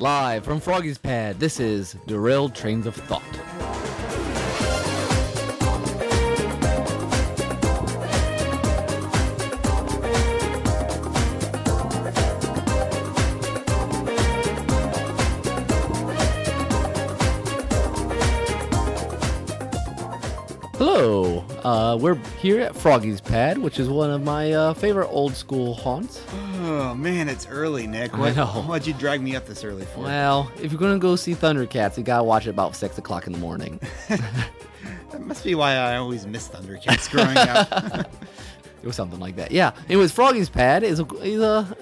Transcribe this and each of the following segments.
Live from Froggy's Pad, this is Derailed Trains of Thought. Hello, uh, we're here at Froggy's Pad, which is one of my uh, favorite old school haunts. Oh man, it's early, Nick. What, know. Why'd you drag me up this early for? Well, if you're gonna go see Thundercats, you gotta watch it about six o'clock in the morning. that must be why I always miss Thundercats growing up. It was something like that. Yeah. Anyways, Froggy's Pad is a, is a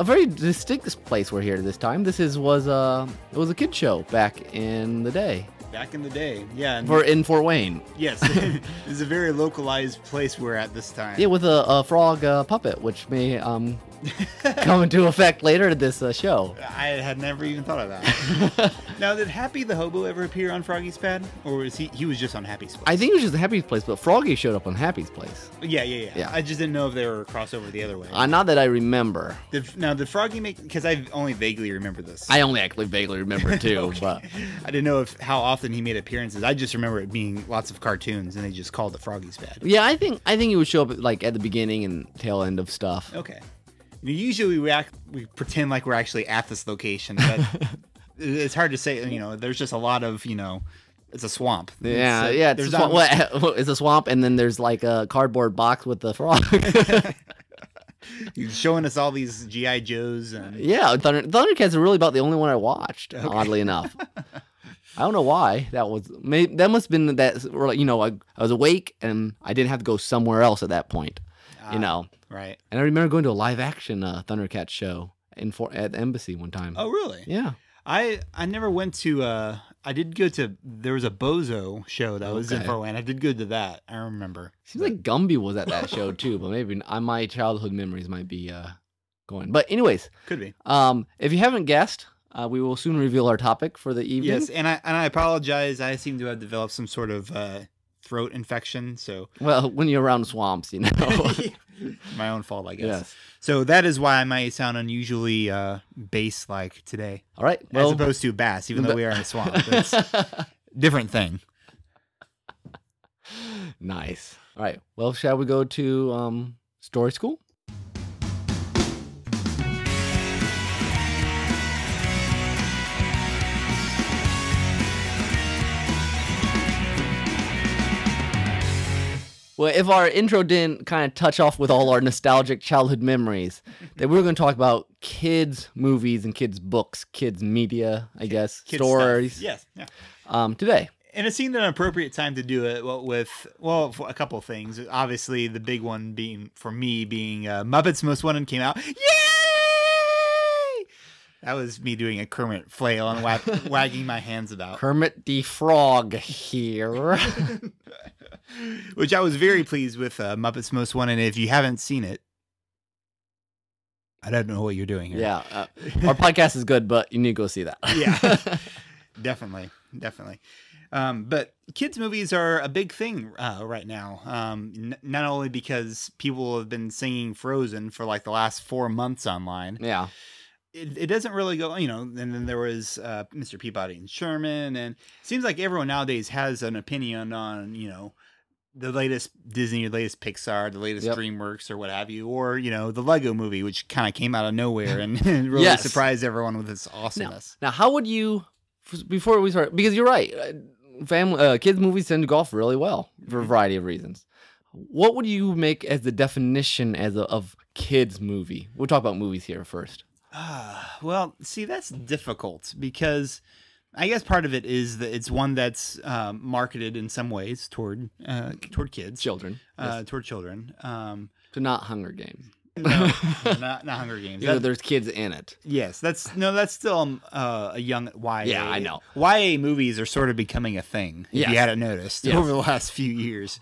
a very distinct place we're here this time. This is was a it was a kid show back in the day Back in the day, yeah. and- for in Fort Wayne. yes, it's a very localized place we're at this time. Yeah, with a, a frog uh, puppet, which may um come into effect later in this uh, show. I had never even thought of that. now, did Happy the Hobo ever appear on Froggy's Pad, or was he he was just on Happy's Place? I think it was just Happy's place, but Froggy showed up on Happy's place. yeah, yeah, yeah, Yeah. I just didn't know if they were a crossover the other way. Uh, not that I remember. Did, now, did Froggy make? Because I only vaguely remember this. I only actually vaguely remember too, but I didn't know if how often he made appearances. I just remember it being lots of cartoons, and they just called it Froggy's Pad. yeah, I think I think he would show up like at the beginning and tail end of stuff. Okay. Usually we act, we pretend like we're actually at this location, but it's hard to say. You know, there's just a lot of you know, it's a swamp. Yeah, It's, uh, yeah. It's a, There's swamp. not, what- it's a swamp, and then there's like a cardboard box with the frog. You're showing us all these GI Joes and yeah, Thunder, Thundercats are really about the only one I watched, oddly enough. I don't know why that was. May, that must have been that, or like, you know, I, I was awake and I didn't have to go somewhere else at that point, Ah. you know. right. And I remember going to a live action uh, Thundercats show in for, at the embassy one time. Oh, really? yeah. I I never went to. uh I did go to. There was a Bozo show that was in Okay. Fort Wayne. I did go to that. I remember. Seems like Gumby was at that show too, but maybe I, my childhood memories might be uh, going. But anyways, Could be. Um, if you haven't guessed, uh, we will soon reveal our topic for the evening. Yes, and I and I apologize. I seem to have developed some sort of uh, throat infection, so Well, when you're around swamps, you know. my own fault, I guess. yes. So that is why I might sound unusually uh, bass like today, All right. as Well, opposed to bass, even though but- we are in a swamp. It's a different thing. nice. All right. Well, shall we go to um, story school? Well, if our intro didn't kind of touch off with all our nostalgic childhood memories, then we're going to talk about kids' movies and kids' books, kids' media, I guess, Kid stuff. stories Yes. Yeah. um, today. And it seemed an appropriate time to do it well, with, well, for a couple of things. Obviously, the big one being, for me, being uh, Muppets Most Wanted came out. Yay! That was me doing a Kermit flail and wag- wagging my hands about. Kermit the Frog here. which I was very pleased with uh, Muppets Most Wanted. If you haven't seen it, I don't know what you're doing here. Yeah, uh, our podcast is good, but you need to go see that. Yeah. definitely, definitely. Um, but kids' movies are a big thing uh, right now. Um, n- not only because people have been singing Frozen for like the last four months online. yeah, It, it doesn't really go, you know. And then there was uh, Mr. Peabody and Sherman, and it seems like everyone nowadays has an opinion on, you know, the latest Disney, the latest Pixar, the latest Yep. DreamWorks, or what have you, or you know, the Lego Movie, which kind of came out of nowhere and, and really Yes. surprised everyone with its awesomeness. Now, how would you, f- before we start, because you're right, uh, family uh, kids movies tend to go off really well for a variety of reasons. What would you make as the definition as a, of kids movie? We'll talk about movies here first. Ah, well, see, that's difficult because I guess part of it is that it's one that's um, marketed in some ways toward uh, toward kids, Children, uh, toward children. Um, so not Hunger Games. no, not, not Hunger Games. You know, That- there's kids in it. yes, that's no, that's still um, uh, a young YA. Yeah, I know. YA movies are sort of becoming a thing. If Yes. you hadn't noticed Yes. over the last few years.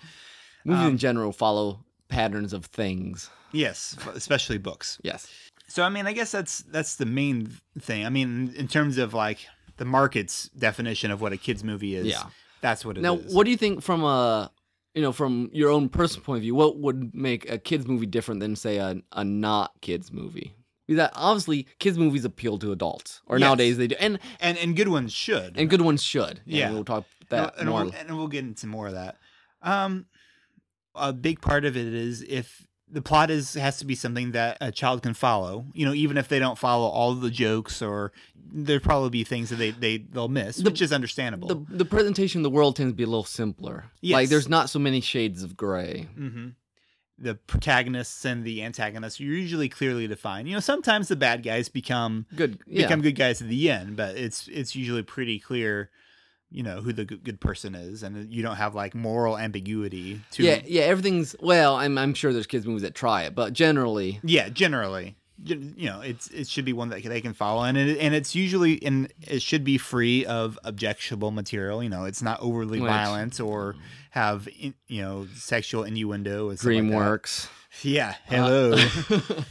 Movies Um, in general follow patterns of things. Yes, especially books. Yes. So I mean, I guess that's that's the main thing. I mean, in terms of like the market's definition of what a kids movie is. Yeah. That's what it is. Now, what do you think from a you know from your own personal point of view? What would make a kids movie different than say a, a not kids movie? Because that- obviously, kids' movies appeal to adults, or Yes. nowadays they do, and and and good ones should. and good ones should. And Yeah. we'll talk And- that and, more. We'll, and we'll get into more of that. Um, a big part of it is if the plot is has to be something that a child can follow. You know, even if they don't follow all the jokes, or there'll probably be things that they they they'll miss, The- which is understandable. the the presentation of the world tends to be a little simpler. Like Yes. there's not so many shades of gray. hmm The protagonists and the antagonists are usually clearly defined. You know, sometimes the bad guys become Good, yeah. become good guys at the end, but it's it's usually pretty clear, you know, who the good, good person is, and you don't have like moral ambiguity. To yeah, yeah. Everything's well. I'm I'm sure there's kids' movies that try it, but generally, Yeah, generally, Gen- you know, it's it should be one that they can follow, and it, and it's usually and it should be free of objectionable material. You know, it's not overly Which- violent or have in, you know sexual innuendo. Or stuff like that. DreamWorks. Yeah. Hello. Uh.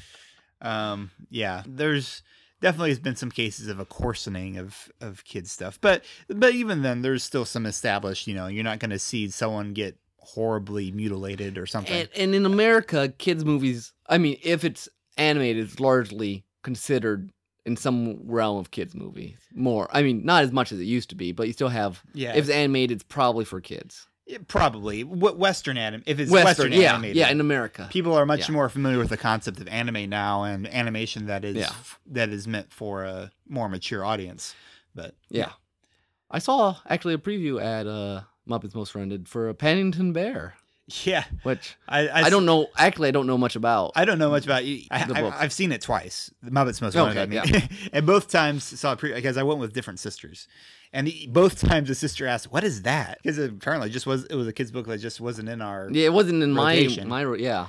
um. Yeah. There's definitely has been some cases of a coarsening of of kids stuff, but but even then, there's still some established. You know, you're not going to see someone get horribly mutilated or something. and, and in America, kids' movies. I mean, if it's animated, it's largely considered in some realm of kids' movies. More. I mean, not as much as it used to be, but you still have. yeah. If it's animated, it's probably for kids. It- Eh, probably what Western anim. If it's Western, yeah, animated, yeah, in America. people are much Yeah. more familiar with the concept of anime now and animation that is Yeah. that is meant for a more mature audience. But Yeah. I saw actually a preview at uh, Muppets Most Rented for a Paddington Bear, yeah, which I I, don't know. Actually, I don't know much about. I don't know much about you. I, The I, books. I've seen it twice. The Muppets Most Okay, Wanted. I mean, and both times saw it pre- because I went with different sisters, and the, both times the sister asked, "What is that?" Because apparently, it just was it was a kids book that just wasn't in our. yeah, it wasn't in Rotation. my my. ro- Yeah,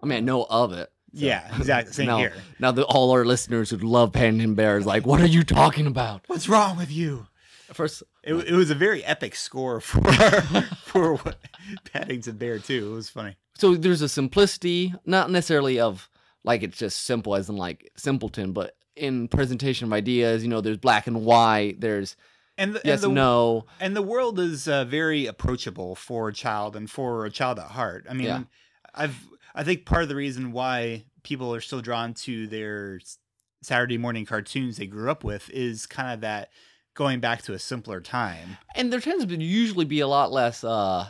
I mean, I know of it. so. Yeah, exactly. Same now, here. Now that all our listeners who love Paddington Bear is like, what are you talking about? What's wrong with you? First, It, it was a very epic score for for what, Paddington Bear too. It was funny. so there's a simplicity, not necessarily of like it's just simple as in like simpleton, but in presentation of ideas, you know, there's black and white, there's And the, yes, and the, no, And the world is uh, very approachable for a child and for a child at heart. I mean, Yeah. I've I think part of the reason why people are still drawn to their s- Saturday morning cartoons they grew up with is kind of that going back to a simpler time. and there tends to usually be a lot less. uh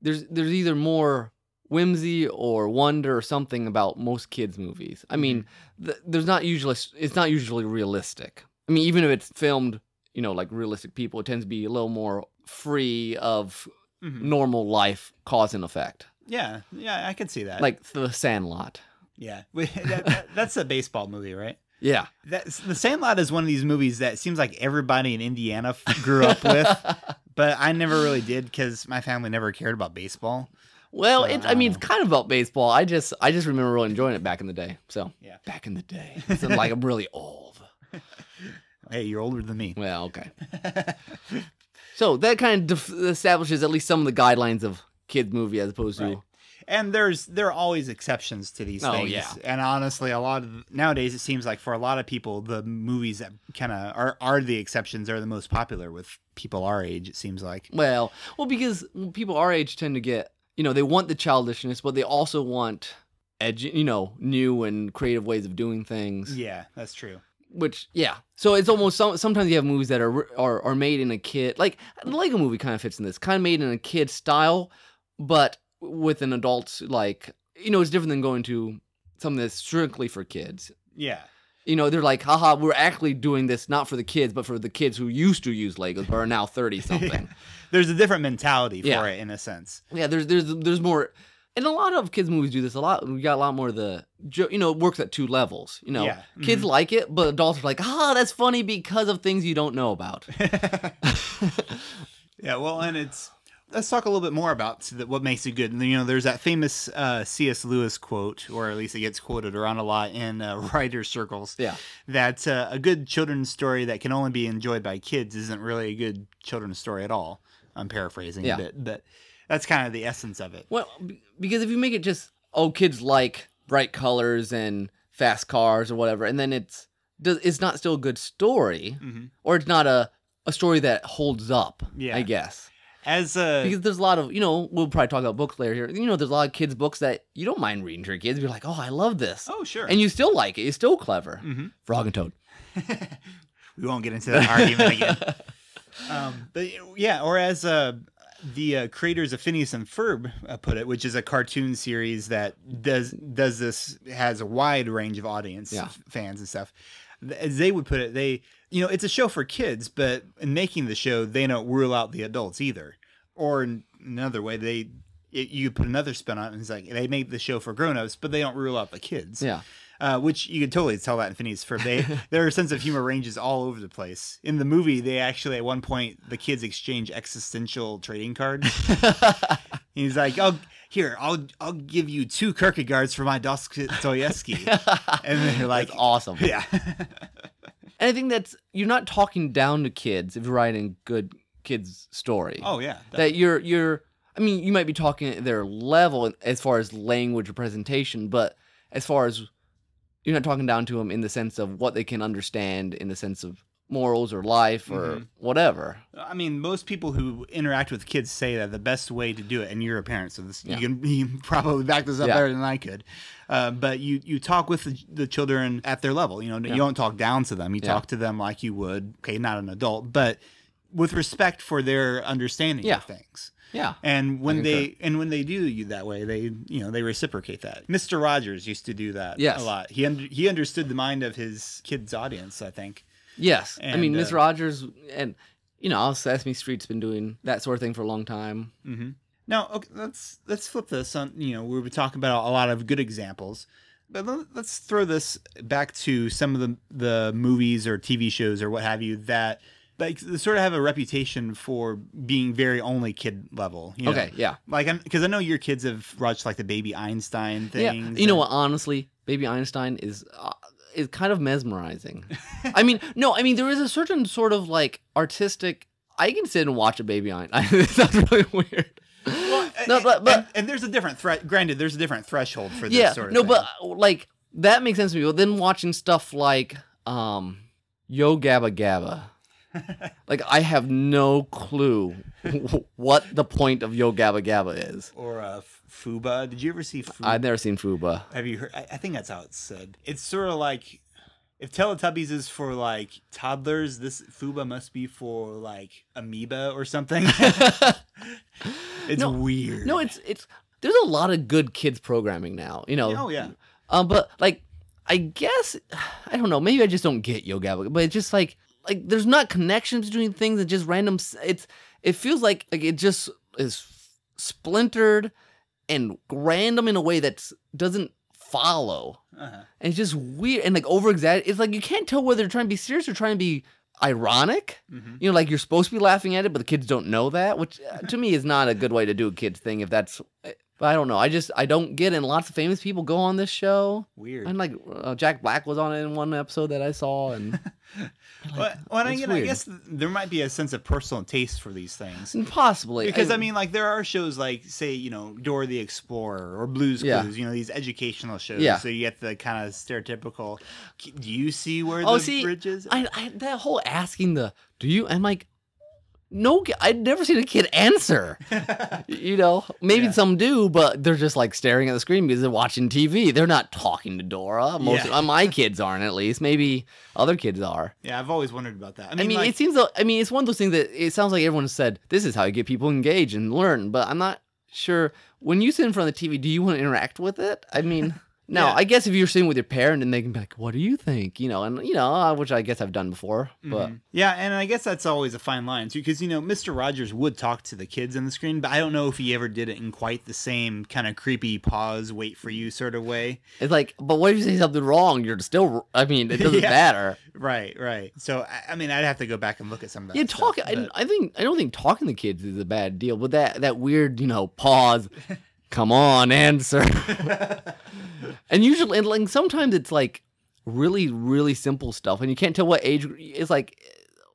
There's there's either more whimsy or wonder or something about most kids' movies. I mean, Mm-hmm. th- there's not usually it's not usually realistic. I mean, even if it's filmed, you know, like realistic people, it tends to be a little more free of Mhm. normal life cause and effect, Yeah, yeah, I can see that. like The Sandlot. yeah, that, that, that's a baseball movie, right? Yeah, That's, the Sandlot is one of these movies that seems like everybody in Indiana f- grew up with, but I never really did because my family never cared about baseball. Well, So, it's I I don't mean, it's kind of about baseball. I just I just remember really enjoying it back in the day. So Yeah. back in the day, so, like I'm really old. Hey, you're older than me. Well, okay. So that kind of def- establishes at least some of the guidelines of kids movie as opposed to Right. and there's there are always exceptions to these Oh, things. yeah. And honestly, a lot of nowadays it seems like for a lot of people, the movies that kind of are are the exceptions are the most popular with people our age. It seems like. well, well because people our age tend to get you know they want the childishness, but they also want edgy, you know, new and creative ways of doing things. Yeah, that's true. Which yeah, so it's almost some, sometimes you have movies that are are are made in a kid like the Lego Movie kind of fits in this kind of made in a kid style, but with an adult's like you know it's different than going to something that's strictly for kids. Yeah, You know, they're like, haha, we're actually doing this not for the kids, but for the kids who used to use Legos but are now 30 something. there's a different mentality for Yeah. it in a sense. yeah, there's there's there's more and a lot of kids movies do this a lot. We got a lot more of the jo- you know, it works at two levels, you know. Yeah. Kids like it, but adults are like, "Ah, that's funny because of things you don't know about." Yeah, well, and it's let's talk a little bit more about s- that- what makes it good. And, You know, there's that famous uh, C.S. Lewis quote, or at least it gets quoted around a lot in uh, writer circles. Yeah. that uh, a good children's story that can only be enjoyed by kids isn't really a good children's story at all. I'm paraphrasing Yeah. a bit, but that's kind of the essence of it. well, be- because if you make it just oh, kids like bright colors and fast cars or whatever, and then it's does- it's not still a good story Mhm. or it's not a a story that holds up, Yeah. I guess. As uh, because there's a lot of you know we'll probably talk about books later here. You know, there's a lot of kids books that you don't mind reading to your kids. You're like, oh, I love this, oh sure, and you still like it. It's still clever. Mhm. Frog and Toad. we won't get into that argument again. Um, but yeah, or as uh, the uh, creators of Phineas and Ferb uh, put it, which is a cartoon series that does does this has a wide range of audience Yeah. f- fans and stuff. Th- As they would put it, they you know it's a show for kids, but in making the show, they don't rule out the adults either. Or in another way, they it, you put another spin on it, and it's like they make the show for grown-ups, but they don't rule out the kids Yeah. uh, which you can totally tell that in Phineas Ferb. They, their sense of humor ranges all over the place. In the movie, they actually at one point the kids exchange existential trading cards. he's like, "Oh, here, I'll I'll give you two Kierkegaards for my Dostoevsky," and then they're like, That's awesome. "Yeah, And I think that's you're not talking down to kids if you're writing a good kids story. oh yeah, that you're you're I mean, you might be talking at their level in- as far as language or presentation, but as far as you're not talking down to them in the sense of what they can understand in the sense of morals or life or Mhm. whatever. I mean, most people who interact with kids say that the best way to do it, and you're a parent, so this, Yeah. you, can, you can probably back this up Yeah. better than I could. Uh, but you you talk with the, the children at their level. You know, you don't talk down to them. You Yeah. talk to them like you would, okay, not an adult, but with respect for their understanding Yeah. of things. Yeah. And when concur. they and when they do you that way, they you know they reciprocate that. Mister Rogers used to do that Yes. a lot. He under, he understood the mind of his kids' audience. I think. Yes. I mean, And, Miss uh, Rogers and you know, Sesame Street's been doing that sort of thing for a long time. Mm-hmm. Now, okay, let's let's flip this on. You know, we were talking about a lot of good examples, but let- let's throw this back to some of the the movies or TV shows or what have you that like they sort of have a reputation for being very only kid level. You know? Okay, yeah. Like, I'm because I know your kids have watched like the Baby Einstein thing. Yeah. You know what? Honestly, Baby Einstein is uh, is kind of mesmerizing. I mean, no, I mean there is a certain sort of like artistic. I can sit and watch a Baby Einstein. it sounds really weird. no, but, but Uh, and, and there's a different threat. Granted, there's a different threshold for this yeah, sort of no, thing. but uh, like that makes sense to me. But then watching stuff like um, Yo Gabba Gabba. like I have no clue what the point of Yo Gabba Gabba is. or uh, F- Fuba. Did you ever see Fuba? I've never seen Fuba. Have you heard? I, I think that's how it's said. It's sort of like if Teletubbies is for like toddlers, this Fuba must be for like amoeba or something. it's No, weird. No, it's it's there's a lot of good kids programming now. You know. oh yeah. Um, but like, I guess I don't know. Maybe I just don't get Yo Gabba. But it's just like like there's not connections between things and just random. s- It's it feels like like it just is splintered and random in a way that doesn't follow. Uh-huh. And it's just weird and like over exaggerated. It's like you can't tell whether they're trying to be serious or trying to be ironic. Mhm. You know, like you're supposed to be laughing at it, but the kids don't know that, which uh, to me is not a good way to do a kid's thing. If that's, eh, but I don't know. I just I don't get. it. And lots of famous people go on this show. Weird. And like uh, Jack Black was on it in one episode that I saw, and like, Well, well, I, it's mean, I weird. guess there might be a sense of personal taste for these things. possibly Because I mean, like there are shows like, say, you know, Dora the Explorer or Blue's Yeah. Clues. You know, these educational shows. Yeah. So you get the kind of stereotypical. Do you see where Oh, the see, bridge is? I, I that whole asking the do you? I'm like, no, ki- I'd never seen a kid answer. you know, maybe Yeah. some do, but they're just like staring at the screen because they're watching TV. They're not talking to Dora. Most Yeah. uh, my kids aren't, at least. Maybe other kids are. yeah, I've always wondered about that. I I mean, mean, like, it seems. Like, I mean, it's one of those things that it sounds like everyone said this is how you get people engaged and learn. But I'm not sure. When you sit in front of the TV, do you want to interact with it? I mean. Now, Yeah. I guess if you're sitting with your parent and they can be like, "What do you think?" You know, and you know, uh, which I guess I've done before, but Mhm. yeah, and I guess that's always a fine line too, because you know Mr. Rogers would talk to the kids on the screen, but I don't know if he ever did it in quite the same kind of creepy pause, wait for you sort of way. it's like, but what if you say something wrong? You're still. I mean, it doesn't Yeah. matter. Right, right. So I, I mean, I'd have to go back and look at some of that. Yeah, stuff, talk. I, but- I think I don't think talking to kids is a bad deal, but that that weird, you know, pause. Come on, answer. and usually, and like sometimes it's like really, really simple stuff, and you can't tell what age. It's like,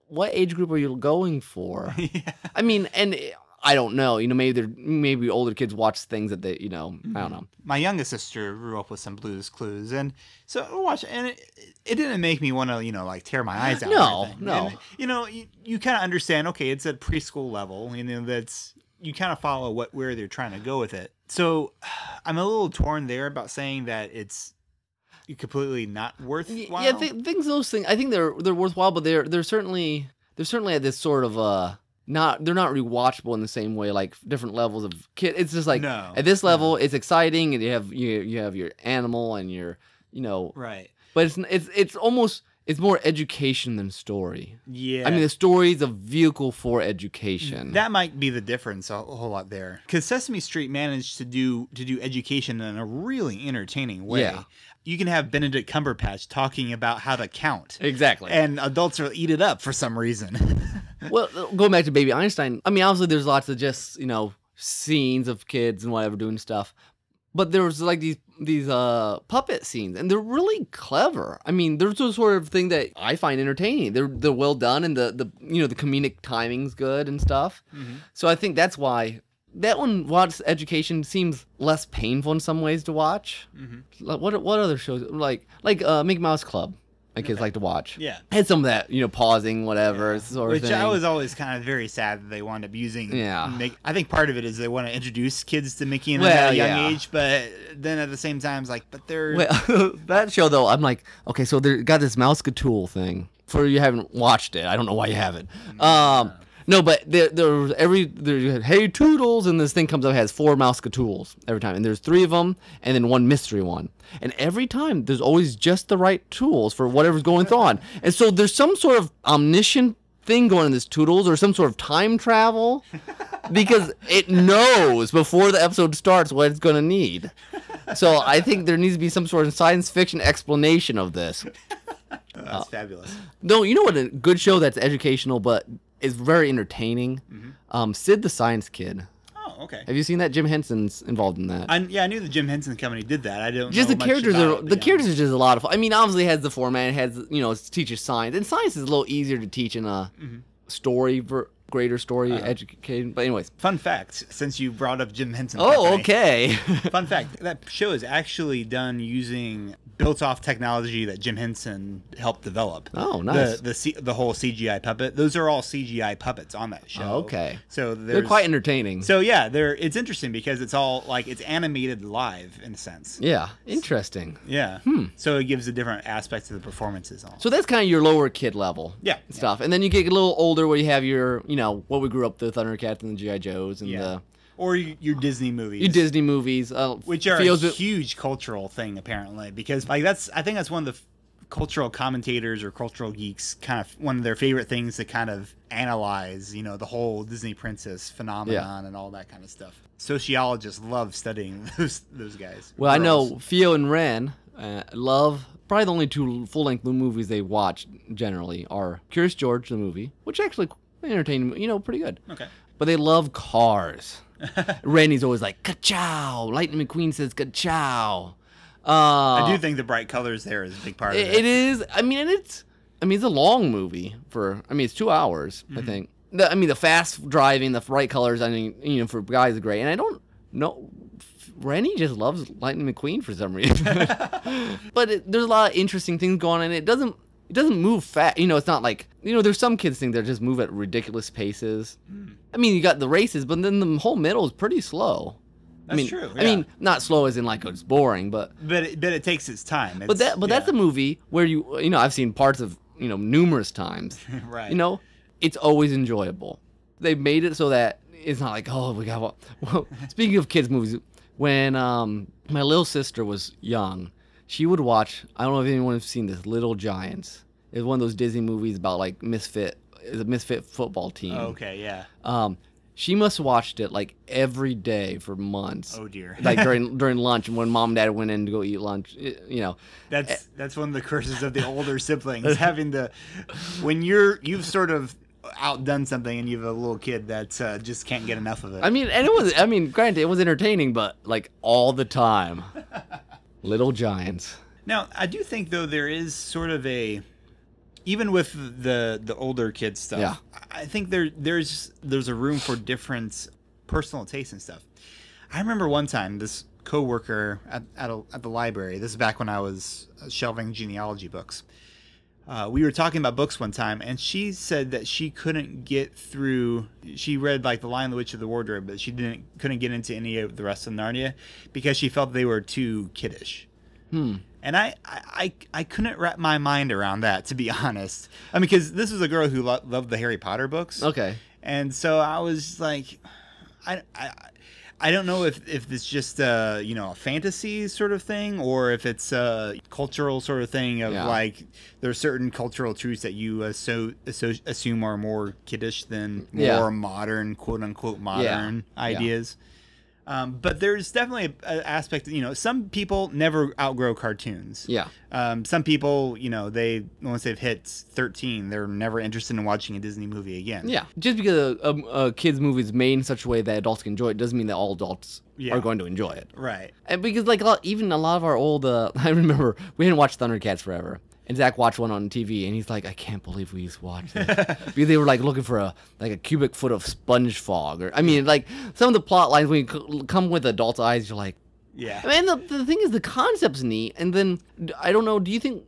what age group are you going for? yeah. I mean, and I don't know. You know, maybe they're maybe older kids watch things that they, you know, I don't know. my youngest sister grew up with some Blues Clues, and so I watched, and it, it didn't make me want to, you know, like tear my eyes out. or Uh, No, anything. no. And, you know, you, you kind of understand. Okay, it's at preschool level, you know, that's you kind of follow what where they're trying to go with it. So I'm a little torn there about saying that it's completely not worth. Y- while. Yeah, th- things those things. I think they're they're worthwhile, but they're they're certainly they're certainly at this sort of uh not they're not rewatchable in the same way like different levels of kid. It's just like No, at this no. level, it's exciting, and you have you you have your animal and your you know, right. but it's n- it's it's almost it's more education than story. Yeah. I mean, the story is a vehicle for education. That might be the difference a a whole lot there, because Sesame Street managed to do to do education in a really entertaining way. Yeah. You can have Benedict Cumberbatch talking about how to count, exactly. and adults will eat it up for some reason. well, uh, going back to Baby Einstein, I mean, obviously there's lots of just you know scenes of kids and whatever doing stuff, but there was like these these uh puppet scenes, and they're really clever. I mean, there's the sort of thing that I find entertaining. They're they're well done, and the the you know the comedic timing's good and stuff. So I think that's why that one watch education seems less painful in some ways to watch. Mm-hmm. Like, what what other shows like like uh, Mickey Mouse Club? My kids like to watch. Yeah. had some of that, you know, pausing, whatever sort of Which thing. I was always kind of very sad that they wound up using. Yeah. Mick- I think part of it is they want to introduce kids to Mickey and Well, at a young yeah. age, but then at the same time, it's like, but they're Well, that show though, I'm like, okay, so they got this Mousecatool thing. For you haven't watched it, I don't know why you haven't. Um, no, but there, there was every there, you had, hey Toodles, and this thing comes up it has four Mousecatools every time, and there's three of them, and then one mystery one, and every time there's always just the right tools for whatever's going on, and so there's some sort of omniscient thing going in this Toodles or some sort of time travel. Because it knows before the episode starts what it's gonna need. So I think there needs to be some sort of science fiction explanation of this. Oh, that's fabulous. No, you know what? A good show that's educational but is very entertaining. Mm-hmm. Um, Sid the Science Kid. Oh, okay. Have you seen that? Jim Henson's involved in that. I, yeah, I knew the Jim Henson Company did that. I don't just know the much characters about are it, but the yeah. characters are just a lot of fun. I mean, obviously it has the format, it has you know, it teaches science, and science is a little easier to teach in a Mm-hmm. story, ver- greater story, education. But anyways. Fun fact, since you brought up Jim Henson. Oh, Company. okay. Fun fact, that show is actually done using built off technology that Jim Henson helped develop. Oh, nice. The the, C, the whole CGI puppet. Those are all CGI puppets on that show. okay. So They're there's- quite entertaining. So yeah, they're it's interesting because it's all like it's animated live in a sense. yeah, interesting. Yeah. So it gives a different aspect to the performances. and All. So that's kind of your lower kid level. Yeah. Stuff. And then you get a little older where you have your, you know, what we grew up the Thundercats and the G.I. Joes and yeah. the Or your, your Disney movies. your Disney movies. Uh, which are feels a it- huge cultural thing apparently because like that's i think that's one of the f- cultural commentators or cultural geeks kind of one of their favorite things to kind of analyze you know the whole disney princess phenomenon and all that kind of stuff sociologists love studying those those guys Well, I girls. know Theo and Ren uh, love probably the only two full length movies they watch generally are Curious George, the movie, which actually entertained, you know, pretty good. okay But they love cars. Randy's always like, ka-chow. Lightning McQueen says, ka-chow. Uh, i do think the bright colors there is a big part of It, it, it is. I mean, and it's. I mean, it's a long movie for. I mean, it's two hours. Mm-hmm. I think. The, I mean, the fast driving, the bright colors. I mean, you know, for guys, are great. And I don't know. Rennie just loves Lightning McQueen for some reason. but it, there's a lot of interesting things going on. And it doesn't. It doesn't move fast. You know, it's not like you know. There's some kids think they just move at ridiculous paces. Hmm. I mean, you got the races, but then the whole middle is pretty slow. I That's mean, true, I yeah. mean, not slow as in like it's boring, but but it but it takes its time but that but that's a the movie where you you know I've seen parts of you know numerous times. right You know, it's always enjoyable. They made it so that it's not like oh we got. Well, speaking of kids movies, when um my little sister was young, she would watch. I don't know if anyone has seen this Little Giants. It's one of those Disney movies about like misfit, the misfit football team. Oh, okay yeah Um, she must have watched it like every day for months. oh dear Like during during lunch, and when mom and dad went in to go eat lunch, it- you know, That's that's one of the curses of the older siblings having to when you're you've sort of outdone something and you have a little kid that uh, just can't get enough of it. I mean, and it was. I mean, granted, it was entertaining, but like all the time, Little Giants. now, I do think though there is sort of a even with the the older kids stuff, Yeah. I I think there there's there's a room for different personal tastes and stuff. I remember one time this coworker at at, a, at the library. This is back when I was shelving genealogy books. Uh, we were talking about books one time, and she said that she couldn't get through. She read like The Lion, the Witch, of the Wardrobe, but she didn't couldn't get into any of the rest of Narnia because she felt they were too kiddish. And I, I, I I couldn't wrap my mind around that, to be honest. I mean, because this was a girl who lo- loved the Harry Potter books. Okay. And so I was like, I, I, I don't know if, if it's just a, you know, a fantasy sort of thing or if it's a cultural sort of thing of Yeah. like there are certain cultural truths that you uh, so, so assume are more kiddish than more Yeah. modern, quote unquote, modern ideas. Um, but there's definitely an aspect, you know, some people never outgrow cartoons. Yeah. Um, some people, you know, they once they've hit 13, they're never interested in watching a Disney movie again. Yeah. Just because a, a, a kids' movie is made in such a way that adults can enjoy it doesn't mean that all adults Yeah. are going to enjoy it. Right. And because like a lot, even a lot of our old, uh, I remember we didn't watch Thundercats forever, and Zach watched one on TV, and he's like, I can't believe we used to watch this. because they were like looking for a like a cubic foot of sponge fog, or I mean, like some of the plot lines when you c- come with adult eyes, you're like, Yeah. I mean, the, the thing is, the concept's neat, and then d- I don't know. Do you think?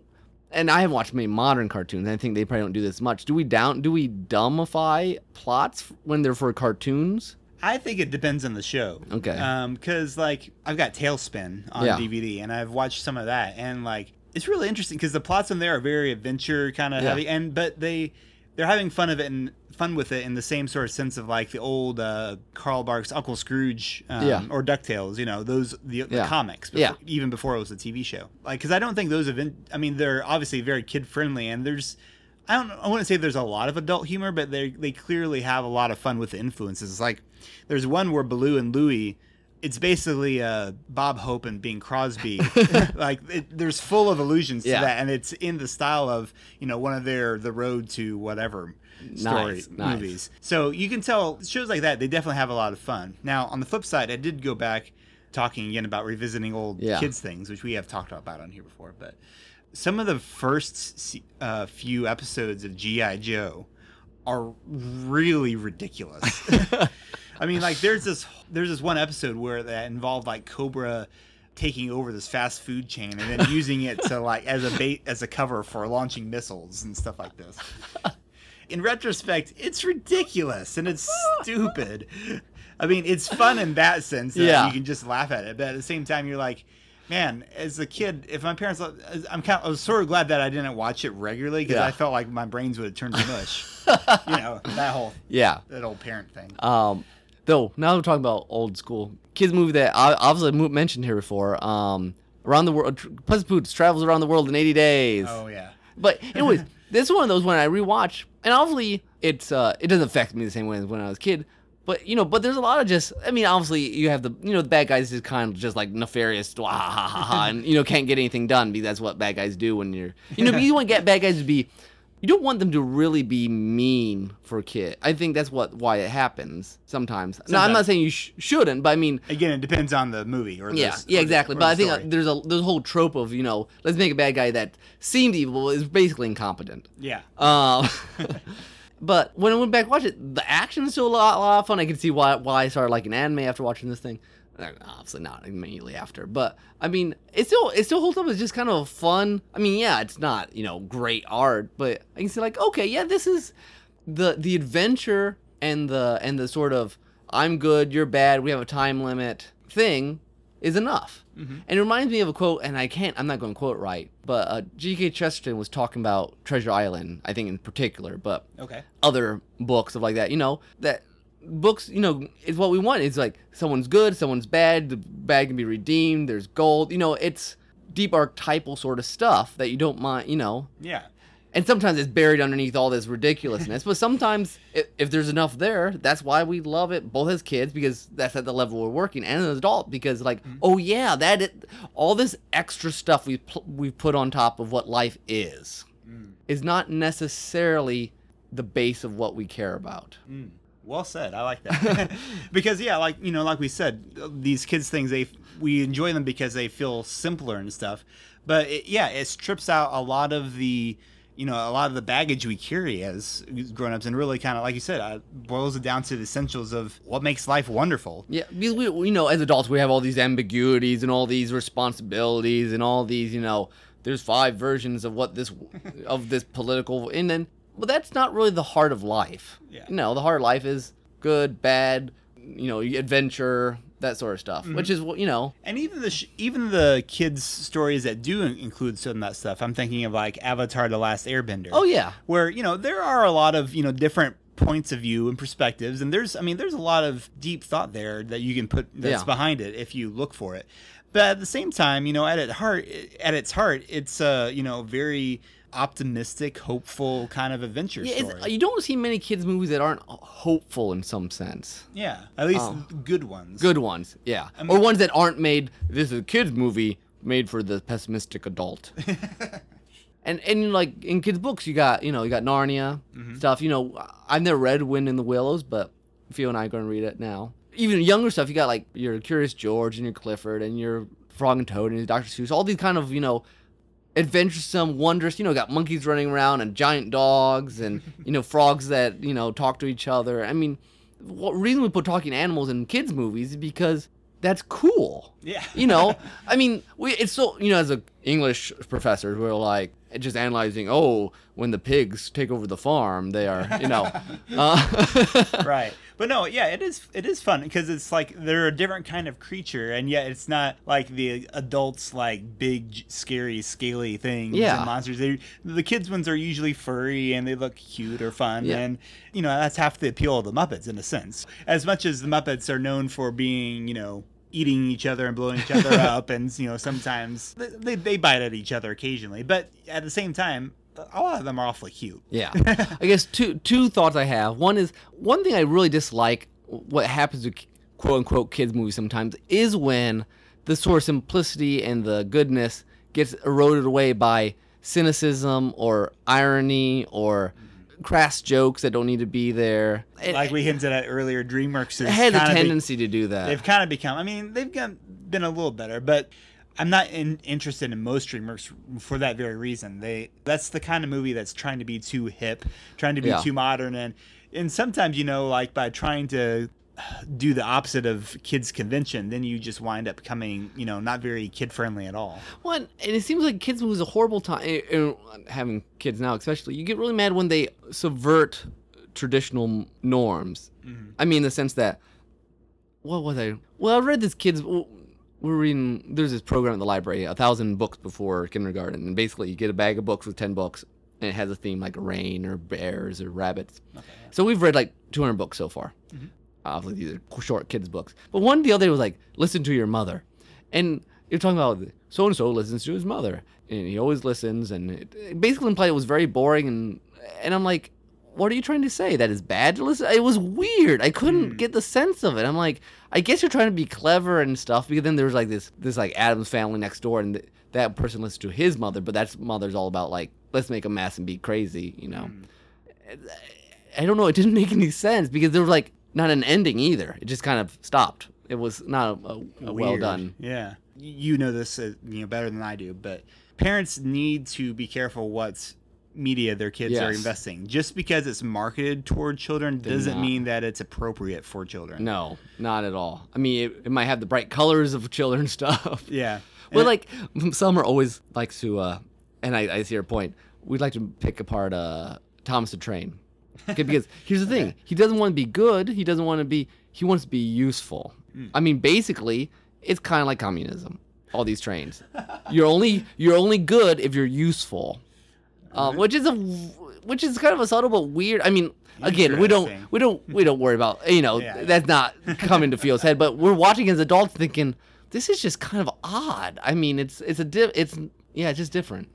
And I haven't watched many modern cartoons. and I think they probably don't do this much. Do we down? Do we dumbify plots f- when they're for cartoons? I think it depends on the show. Okay. Um, cause like I've got Tailspin on Yeah. DVD and I've watched some of that and like it's really interesting because the plots in there are very adventure kind of Yeah. heavy and but they they're having fun of it and fun with it in the same sort of sense of like the old uh, Carl Barks Uncle Scrooge um, Yeah. or Ducktales. You know those the, the Yeah. comics. Before, Yeah. Even before it was a TV show. Like because I don't think those event. I mean they're obviously very kid friendly and there's. I don't. I wouldn't say there's a lot of adult humor, but they they clearly have a lot of fun with the influences. Like, there's one where Baloo and Louie, it's basically uh, Bob Hope and Bing Crosby. like, it, there's full of allusions Yeah. to that, and it's in the style of you know one of their The Road to whatever story Nice, nice. movies. So you can tell shows like that they definitely have a lot of fun. Now on the flip side, I did go back talking again about revisiting old Yeah. kids things, which we have talked about on here before, but some of the first se- uh, few episodes of GI Joe are really ridiculous. I mean, like there's this there's this one episode where that involved like Cobra taking over this fast food chain and then using it to like as a bait as a cover for launching missiles and stuff like this. In retrospect, it's ridiculous and it's stupid. I mean, it's fun in that sense. That Yeah. you can just laugh at it, but at the same time, you're like. Man, as a kid, if my parents, I'm kind, I was sort of glad that I didn't watch it regularly because Yeah. I felt like my brains would have turned to mush. you know that whole Yeah. that old parent thing. Um, though now we're talking about old school kids movie that I obviously mo- mentioned here before. Um, around the world, Tr- Puss in Boots travels around the world in 80 days. Oh yeah. But anyways, this is one of those when I rewatch, and obviously it's uh, it doesn't affect me the same way as when I was a kid. But you know, but there's a lot of just I mean, obviously you have the you know the bad guys is kind of just like nefarious, wah, ha, ha, ha, ha, and you know can't get anything done because that's what bad guys do when you're you know but you want to get bad guys to be. You don't want them to really be mean for a kid. I think that's what why it happens sometimes. No, I'm not Sometimes. saying you sh- shouldn't, but I mean Again, it depends on the movie or the, yeah, s- yeah, or the- exactly. or But the I think uh, story. there's a there's a whole trope of you know let's make a bad guy that seemed evil but is basically incompetent. yeah, Um, but when I went back to watch it, the action is still a lot, lot of fun. I can see why why I started liking anime after watching this thing. Uh, Obviously not immediately after, but I mean, it still it still holds up as just kind of fun. I mean, yeah, it's not you know great art, but I can see like okay, yeah, this is the the adventure and the and the sort of I'm good, you're bad, we have a time limit thing is enough. And it reminds me of a quote, and I can't, I'm not going to quote right, but uh, G.K. Chesterton was talking about Treasure Island, I think in particular, but okay, other books of like that, you know, that books, you know, is what we want. It's like someone's good, someone's bad, the bad can be redeemed, there's gold, you know, it's deep archetypal sort of stuff that you don't mind, you know, yeah, and sometimes it's buried underneath all this ridiculousness but sometimes if, if there's enough there that's why we love it both as kids because that's at the level we're working and as an adult because like oh yeah that it, all this extra stuff we pl- we put on top of what life is Mm, is not necessarily the base of what we care about mm. well said. I like that because yeah, like you know, like we said, these kids things they we enjoy them because they feel simpler and stuff. But it, yeah, it strips out a lot of the you know a lot of the baggage we carry as grown-ups and really kind of like you said uh, boils it down to the essentials of what makes life wonderful Yeah, because we, we- you know, as adults, we have all these ambiguities and all these responsibilities and all these, you know, there's five versions of what this, of this political, and then, well, that's not really the heart of life. Yeah. You know, the heart of life is good, bad, you know, adventure, that sort of stuff, which Mm-hmm. is what, you know, And even the sh- even the kids stories that do in- include some of that stuff. I'm thinking of like Avatar: The Last Airbender. oh yeah. where you know there are a lot of you know different points of view and perspectives, and there's I mean there's a lot of deep thought there that you can put that's Yeah. behind it if you look for it. But at the same time, you know, at its heart, at its heart, it's a you know very optimistic, hopeful kind of adventure yeah story. it's, you don't see many kids' movies that aren't hopeful in some sense. yeah, at least Oh. good ones. Good ones, yeah. mean- or ones that aren't made, this is a kids' movie made for the pessimistic adult. and and like in kids books you got you know you got narnia Mm-hmm. stuff you know i've never read wind in the willows but Theo and i are going to read it now even younger stuff you got like your curious george and your clifford and your frog and toad and your dr seuss all these kind of you know adventuresome wondrous you know got monkeys running around and giant dogs and you know frogs that you know talk to each other i mean what reason we put talking animals in kids movies is because that's cool Yeah. you know i mean we it's so you know as a english professors we're like just analyzing oh when the pigs take over the farm they are you know uh, right but no yeah it is it is fun because it's like they're a different kind of creature and yet it's not like the adults like big j- scary scaly things Yeah. and monsters they, the kids ones are usually furry and they look cute or fun Yeah. and you know that's half the appeal of the muppets in a sense as much as the muppets are known for being you know eating each other and blowing each other up and you know sometimes they, they, they bite at each other occasionally but at the same time a lot of them are awfully cute yeah i guess two two thoughts i have one is one thing i really dislike what happens to quote unquote kids movies sometimes is when the sort of simplicity and the goodness gets eroded away by cynicism or irony or crass jokes that don't need to be there It- like we hinted at earlier dreamworks is it has a kind of a- tendency to do that They've kind of become. I mean, they've got, been a little better, but I'm not in, interested in most DreamWorks for that very reason. They that's the kind of movie that's trying to be too hip, trying to be Yeah. too modern, and and sometimes you know, like by trying to do the opposite of kids convention, then you just wind up coming, you know, not very kid friendly at all. Well, and and it seems like kids was a horrible time. eh, eh, Having kids now, especially, you get really mad when they subvert traditional m- norms. I mean, in the sense that, what was I? Well, I read this kids. w- We're reading. There's this program at the library, a thousand books before kindergarten, and basically you get a bag of books with ten books, and it has a theme like rain or bears or rabbits. So we've read like 200 books so far. Obviously, these are short kids' books. But one the other day was like, listen to your mother. And you're talking about so and so listens to his mother. And he always listens. And it, it basically implied it was very boring. And, and I'm like, what are you trying to say? That is bad to listen? It was weird. I couldn't get the sense of it. I'm like, I guess you're trying to be clever and stuff. Because then there was like this, this like Adam's family next door. And th- that person listens to his mother. But that's mother's all about like, let's make a mess and be crazy, you know? I don't know. It didn't make any sense because there was like not an ending either. It just kind of stopped. It was not a, a, a Uh, well Weird. done. Yeah, you know this uh, you know better than I do, but parents need to be careful what media their kids are Yes. investing. Just because it's marketed toward children doesn't not. mean that it's appropriate for children. No, not at all. I mean, it, it might have the bright colors of children's stuff. Yeah. well, like Summer always likes to, uh, and I, I see her point. We'd like to pick apart uh, Thomas the Train. Okay, because here's the thing: he doesn't want to be good. He doesn't want to be. He wants to be useful. I mean, basically, it's kind of like communism. All these trains, you're only you're only good if you're useful, uh, which is a which is kind of a subtle but weird. I mean, again, we don't Interesting. we don't we don't worry about you know Yeah. that's not coming to Fio's head, but we're watching as adults thinking this is just kind of odd. I mean, it's it's a di- it's yeah, it's just different.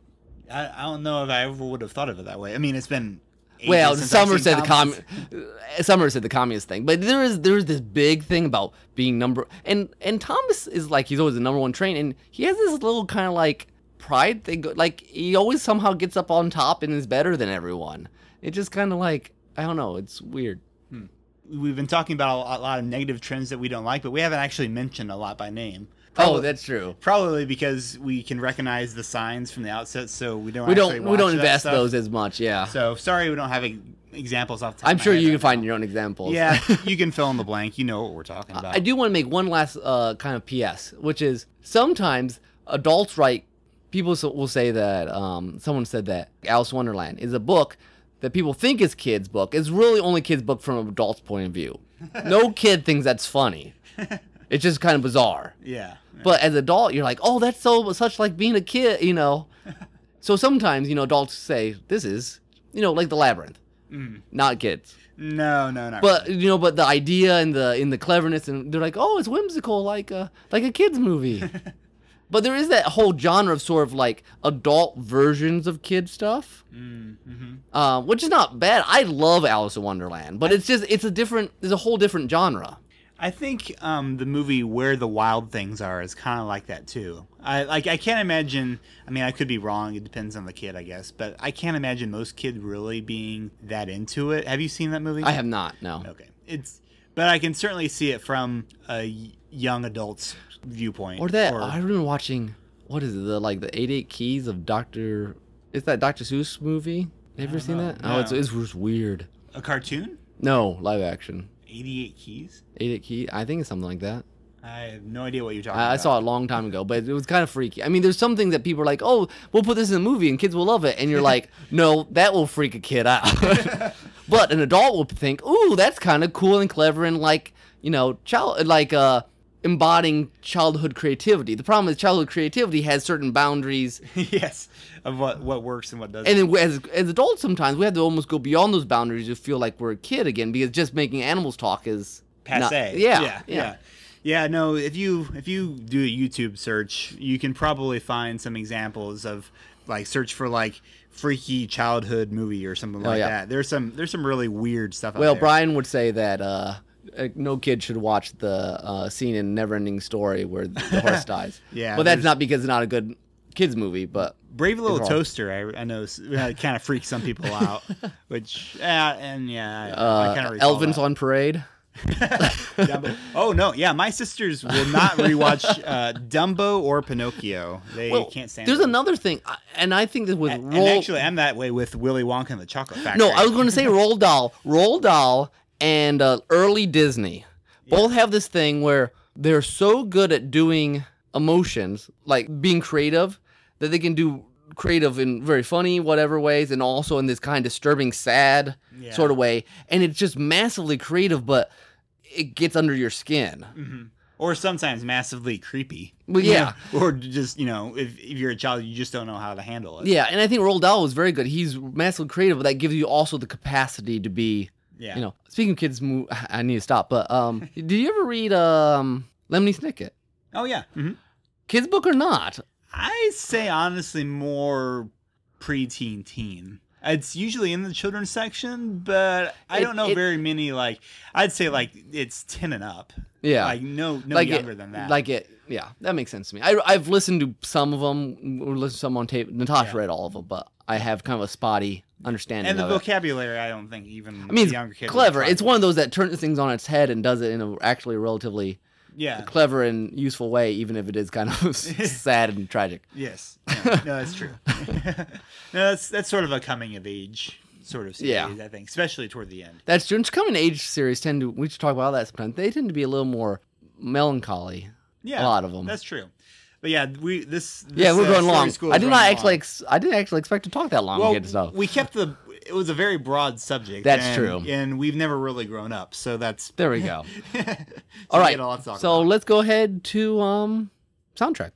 I, I don't know if I ever would have thought of it that way. I mean, it's been. ages Well, since I've Summer seen said the com- comments. uh, Summer said the communist thing, but there is there is this big thing about being number and and Thomas is like he's always the number one train, and he has this little kind of like pride thing, go- like he always somehow gets up on top and is better than everyone. It just kind of like I don't know, it's weird. We've been talking about a lot- a lot of negative trends that we don't like, but we haven't actually mentioned a lot by name. Oh, that's true. Probably because we can recognize the signs from the outset, so we don't. We actually don't we watch don't that invest stuff. those as much. Yeah, So sorry, we don't have e- examples off. The top I'm of my sure head you right can find your own examples. Uh, Yeah, you can fill in the blank. You know what we're talking about. I do want to make one last uh, kind of PS, which is sometimes adults write. People s- will say that um, someone said that Alice in Wonderland is a book that people think is kids' book. It's really only kids' book from an adult's point of view. No kid thinks that's funny. It's just kind of bizarre. Yeah. yeah. But as an adult, you're like, oh, that's so such like being a kid, you know. so sometimes you know adults say this is you know like the labyrinth, Mm. not kids. No, no, not But you know, but the idea and the in the cleverness and they're like, oh, it's whimsical, like a like a kids movie. but there is that whole genre of sort of like adult versions of kid stuff, Mm-hmm. uh, which is not bad. I love Alice in Wonderland, but it's just it's a different, it's a whole different genre. I think um, the movie Where the Wild Things Are is kind of like that too. I like I can't imagine. I mean, I could be wrong. It depends on the kid, I guess. But I can't imagine most kid really being that into it. Have you seen that movie? I have not, no. Okay. It's but I can certainly see it from a y- young adult's viewpoint. Or that I remember watching what is it, the like the eight eight keys of Doctor is that Doctor Seuss movie? Have you ever seen know, that? Oh, it's no. it's just weird. a cartoon. No, live action. 88 Keys. Eight eight key I think it's something like that. I have no idea what you're talking about. I, I saw it a long time ago, but it was kind of freaky. I mean, there's some things that people are like, "Oh, we'll put this in a movie and kids will love it," and you're like, "No, that will freak a kid out." but an adult will think, "Ooh, that's kind of cool and clever and like you know, child like uh." Embodying childhood creativity. The problem is childhood creativity has certain boundaries, yes, of what what works and what doesn't. and then we- as as adults, sometimes we have to almost go beyond those boundaries to feel like we're a kid again, because just making animals talk is passe. not- yeah, yeah, yeah. Yeah, no. If you if you do a YouTube search, you can probably find some examples of like search for like freaky childhood movie or something like Oh, yeah. that. There's some there's some really weird stuff. out Well, there. Brian would say that uh, uh, no kid should watch the uh, scene in Neverending Story where the horse dies. Yeah, Well, that's there's- not because it's not a good kids movie, but Brave Little wrong. Toaster, I, I know, kind of freaks some people out. which uh, and yeah, I, I kind uh, of Elvin's on Parade. Dumbo. Oh no, yeah, my sisters will not rewatch uh, Dumbo or Pinocchio. They Well, can't stand. there's them. another thing, I- and I think this was And, and Roald- actually, I'm that way with Willy Wonka and the Chocolate Factory. No, I was going to say Roald Dahl. Roald Dahl and uh, early Disney both have this thing where they're so good at doing emotions, like being creative, that they can do creative in very funny, whatever ways, and also in this kind of disturbing, sad Yeah. sort of way. And it's just massively creative, but it gets under your skin. Mm-hmm. or sometimes massively creepy. Well, yeah. Or just you know, if, if you're a child, you just don't know how to handle it. Yeah, and I think Roald Dahl was very good. He's massively creative, but that gives you also the capacity to be yeah. you know speaking of kids mo- i need to stop but um did you ever read um lemony snicket Oh yeah. hmm kids book or not I say honestly more preteen teen. It's usually in the children's section, but I It- don't know it- very many. Like I'd say like it's ten and up. yeah Like no, no Like it- younger than that. like it yeah that makes sense to me I, i've listened to some of them or listened to some on tape natasha Yeah. read all of them but i have kind of a spotty understanding and the of it. vocabulary, I don't think even i mean younger it's kids clever it's one of those that turns things on its head and does it in a actually relatively yeah. clever and useful way even if it is kind of sad and tragic Yes. Yeah. No, that's true. no, that's that's sort of a coming of age sort of series, Yeah. I think, especially toward the end. That's true. And coming to age series tend to we should talk about that sometimes. They tend to be a little more melancholy. Yeah. lot of 'em. That's true. But yeah, we this, this yeah, we're uh, going story long. school I is did running not actually long. ex- I didn't actually expect to talk that long well, again. So we kept the it was a very broad subject. That's and- true. And we've never really grown up, so that's there we go. so All we right. get a lot to talk so about. let's go ahead to um soundtrack.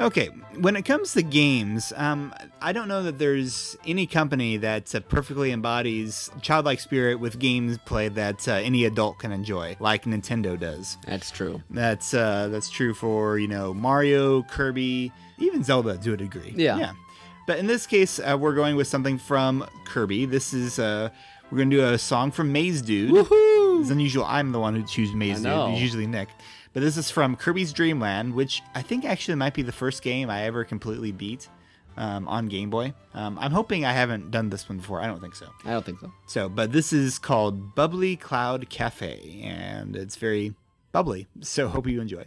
Okay, when it comes to games, um, I don't know that there's any company that uh, perfectly embodies childlike spirit with games play that uh, any adult can enjoy, like Nintendo does. That's true. That's uh, that's true for you know Mario, Kirby, even Zelda to a degree. Yeah. yeah. But in this case, uh, we're going with something from Kirby. This is uh, we're gonna do a song from Maze Dude. Woohoo! It's unusual. I'm the one who chooses Maze I know. Dude. Usually Nick. But this is from Kirby's Dream Land, which I think actually might be the first game I ever completely beat um, on Game Boy. Um, I'm hoping I haven't done this one before. I don't think so. I don't think so. So, but this is called Bubbly Cloud Cafe, and it's very bubbly. So, hope you enjoy.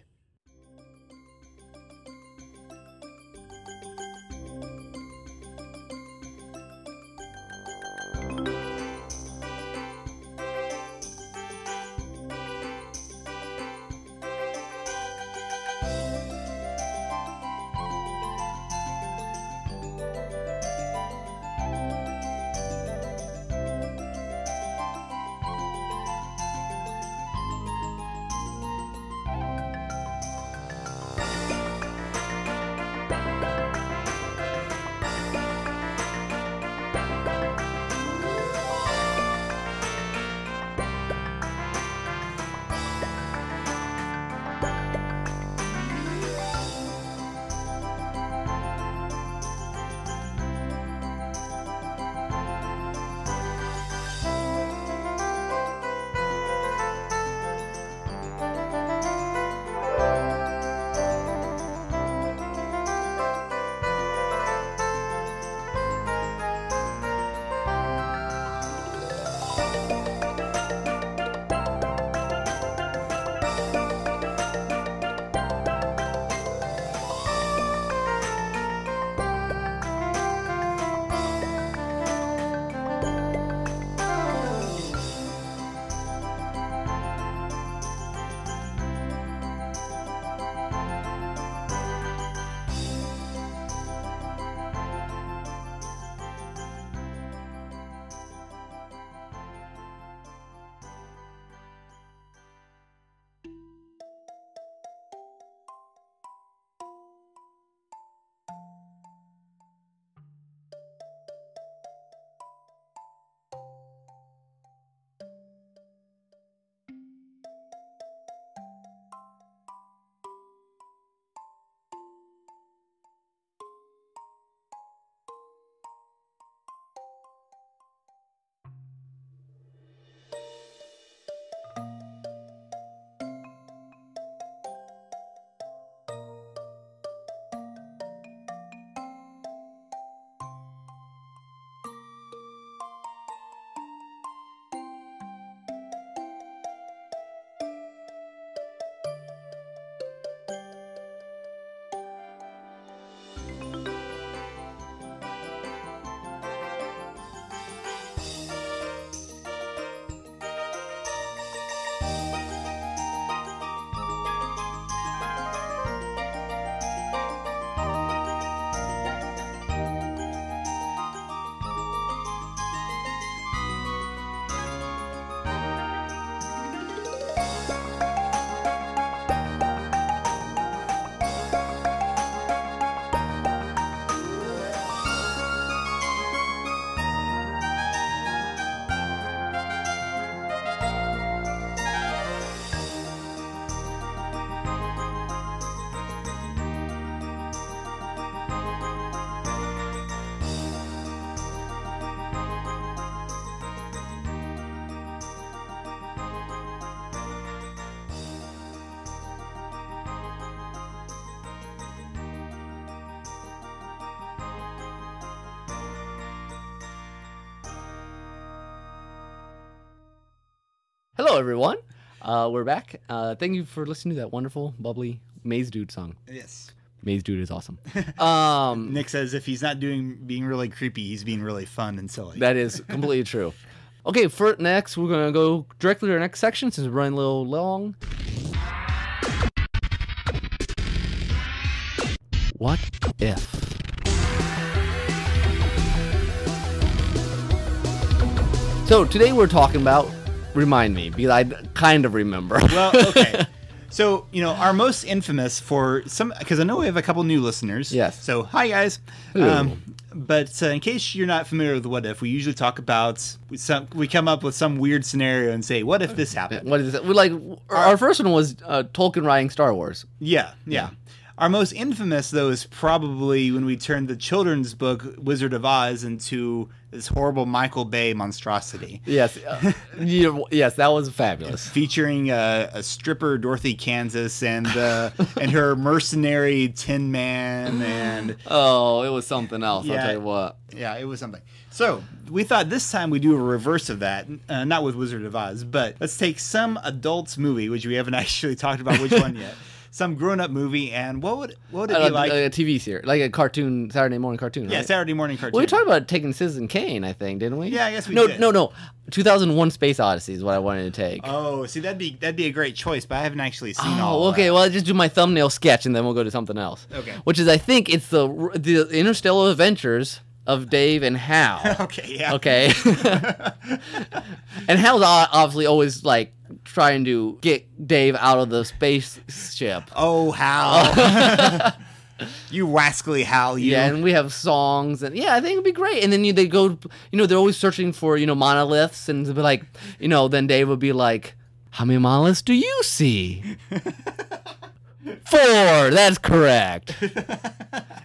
Hello, everyone. Uh, we're back. Uh, thank you for listening to that wonderful, bubbly Maze Dude song. Yes. Maze Dude is awesome. Um, Nick says if he's not doing being really creepy, he's being really fun and silly. that is completely true. Okay, for next, we're gonna go directly to our next section since we're running a little long. What if? So today we're talking about. Remind me, because I kind of remember. well, okay. So, you know, our most infamous for some, because I know we have a couple new listeners. Yes. So, hi, guys. Hello. but uh, in case you're not familiar with What If, we usually talk about, we, some, we come up with some weird scenario and say, what if Uh, this happened? what is it? We like our, our first one was uh, Tolkien writing Star Wars. Yeah, yeah. Our most infamous, though, is probably when we turned the children's book Wizard of Oz into this horrible Michael Bay monstrosity. Yes, uh, you- yes, that was fabulous. Featuring a, a stripper, Dorothy Kansas, and uh, and her mercenary Tin Man, and Oh, it was something else. I'll Yeah. tell you what. yeah, it was something. So we thought this time we do a reverse of that, uh, not with Wizard of Oz, but let's take some adults movie, which we haven't actually talked about which one yet. Some grown-up movie, and what would what would it Uh, be like? a TV series, like a cartoon Saturday morning cartoon. yeah, right? Saturday morning cartoon. Well, we talked about taking Citizen Kane, I think, didn't we? Yeah, I guess we no, did. No, no, 2001 Space Odyssey is what I wanted to take. Oh, see that'd be that'd be a great choice, but I haven't actually seen all. Oh, okay. Well, I'll just do my thumbnail sketch and then we'll go to something else. Okay. Which is, I think, it's the, the interstellar adventures of Dave and Hal. Well, okay, yeah. okay. and Hal's o- obviously always like trying to get Dave out of the spaceship. Oh, Hal, you rascally Hal, you. Oh. Yeah, and we have songs, and yeah, I think it'd be great. And then you, they go, you know, they're always searching for you know monoliths, and they'll be like, you know, then Dave would be like, "How many monoliths do you see?" Four. That's correct.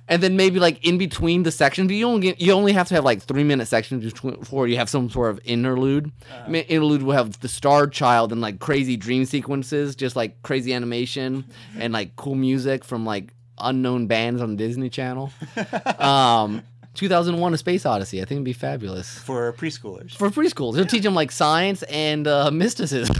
and then maybe like in between the sections, you only get, you only have to have like three minute sections between- before you have some sort of interlude. I mean, interlude will have the Star Child and like crazy dream sequences, just like crazy animation and like cool music from like unknown bands on Disney Channel. um, 2001: A Space Odyssey. I think it'd be fabulous for preschoolers. for preschools. They'll teach them like science and uh, mysticism.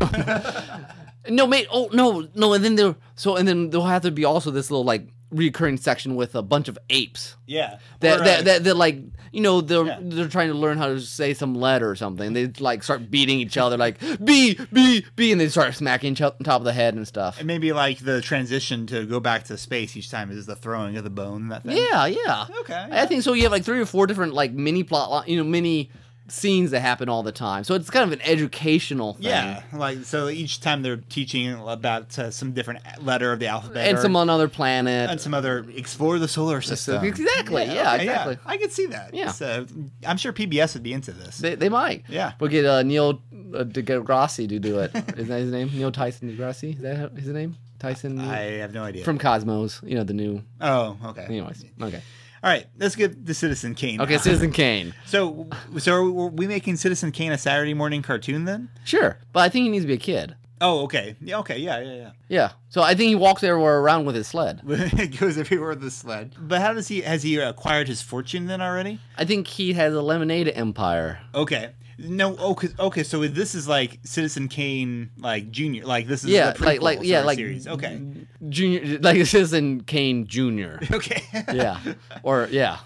no, mate. Oh no, no. And then they'll so and then there'll have to be also this little like recurring section with a bunch of apes Yeah, that Or, that, uh, that that like you know they're Yeah. they're trying to learn how to say some letter or something. They like start beating each other like B B B, and they start smacking each other on top of the head and stuff. and maybe like the transition to go back to space each time is the throwing of the bone. and That thing. Yeah, yeah. Okay. I think so. You have like three or four different like mini plot, li- you know, mini scenes that happen all the time. So it's kind of an educational thing. Yeah, like so each time they're teaching about uh, some different letter of the alphabet and or- some on other planet. and some other explore the solar system. exactly. Yeah, okay, exactly. I could see that. Yeah. So, I'm sure PBS would be into this. They, they might. Yeah. We'll get uh, Neil uh, deGrasse to do it. Isn't that his name? Neil Tyson deGrasse? Is that his name? Tyson I have no idea. from Cosmos. You know the new. oh, okay. Anyways, okay. All right, let's get the Citizen Kane. Okay, now. Citizen Kane. So, so are we, are we making Citizen Kane a Saturday morning cartoon then? Sure, but I think he needs to be a kid. Oh, okay. Yeah, okay. Yeah, yeah, Yeah. So I think he walks everywhere around with his sled. yeah. it goes everywhere with the sled. But how does he? Has he acquired his fortune then already? I think he has a lemonade empire. Okay. No. Oh, 'cause- okay. So this is like Citizen Kane, like Junior. Like this is Yeah, the like like prequel yeah, sort of like series. Okay. Junior, like Citizen Kane Junior. Okay. Yeah. or yeah.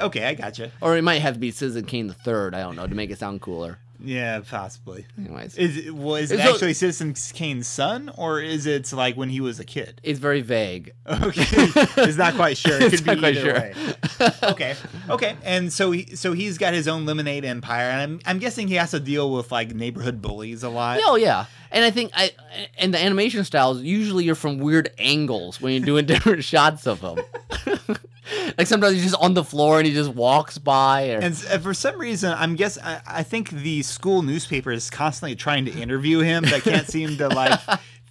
okay, I gotcha. Or it might have to be Citizen Kane the Third. I don't know to make it sound cooler. Yeah, possibly. Anyways, Is it, well, is it So- actually Citizen Kane's son, or is it like when he was a kid? it's very vague. Okay, it's not quite sure. It It's could not be quite either sure. way. Okay, okay, and so he so he's got his own lemonade empire, and I'm I'm guessing he has to deal with like neighborhood bullies a lot. Oh yeah, and I think I and the animation styles usually are from weird angles when you're doing different shots of him. like sometimes he's just on the floor and he just walks by. Or, And s- uh, for some reason, I'm guess I, I think the school newspaper is constantly trying to interview him, but can't seem to like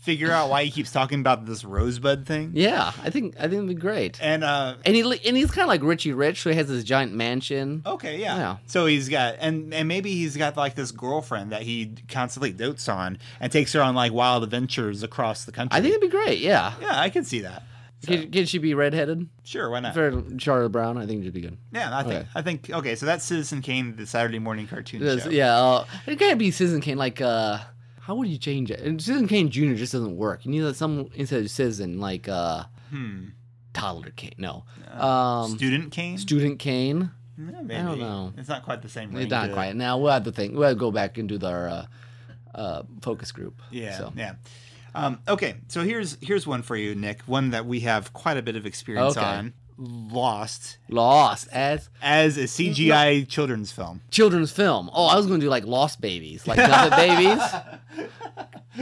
figure out why he keeps talking about this rosebud thing. yeah, I think I think it'd be great. And uh, And he li- and he's kind of like Richie Rich, so he has this giant mansion. Okay, yeah. Yeah. So he's got and and maybe he's got like this girlfriend that he constantly dotes on and takes her on like wild adventures across the country. I think it'd be great. Yeah, yeah, I can see that. can, can she be redheaded? Sure, why not? For Charlotte Brown, I think it'd be good. yeah, I think okay. I think okay. So that's Citizen Kane, the Saturday morning cartoon Yes, show. Yeah, uh, it can't be Citizen Kane. Like, uh, how would you change it? And Citizen Kane Junior just doesn't work. You need like, some instead of Citizen, like uh, Hmm. toddler Kane. No, um, Student Kane. student Kane. Yeah, I don't maybe. know. It's not quite the same. It's ring not to it. quite. Now we'll have to think. We'll have to go back and do the, our uh, uh, focus group. Yeah, So. yeah. Um, okay, so here's here's one for you, Nick. One that we have quite a bit of experience Okay. on. Lost Lost as as a CGI children's film. children's film. Oh, I was gonna do like Lost Babies, like Muppet Babies.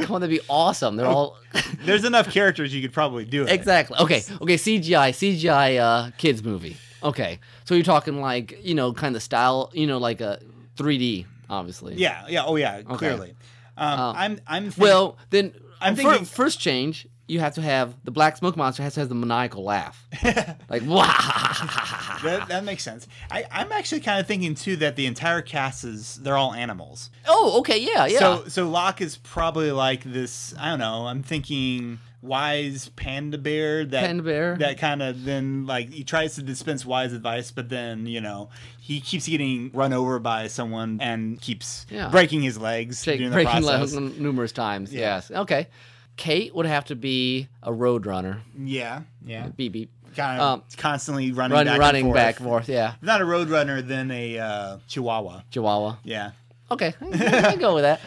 Come on, that'd be awesome. They're all There's enough characters you could probably do it. Exactly. Okay. Okay. CGI. CGI. Uh, kids movie. Okay. So you're talking like you know, kind of style. You know, like a 3D, obviously. Yeah, yeah, oh yeah, clearly. Um, I'm, I'm. Thinking, Well, then I'm fir- thinking- first change you have to have the black smoke monster has to have the maniacal laugh, like wow. That, that makes sense. I, I'm actually kind of thinking too that the entire cast is they're all animals. oh, okay, yeah, yeah. So so Locke is probably like this. I don't know. I'm thinking wise panda bear that Panda bear. that kind of then like he tries to dispense wise advice, but then you know he keeps getting run over by someone and keeps Yeah. breaking his legs Take- during the breaking process. legs n- numerous times. Yeah. Yes. Okay. Kate would have to be a road runner. Yeah, yeah. Beep beep. Kind of Um, constantly running Run, back and running forth. back and forth. Yeah. If Not a road runner, then a uh, chihuahua. Chihuahua. Yeah. Okay. I can go with that.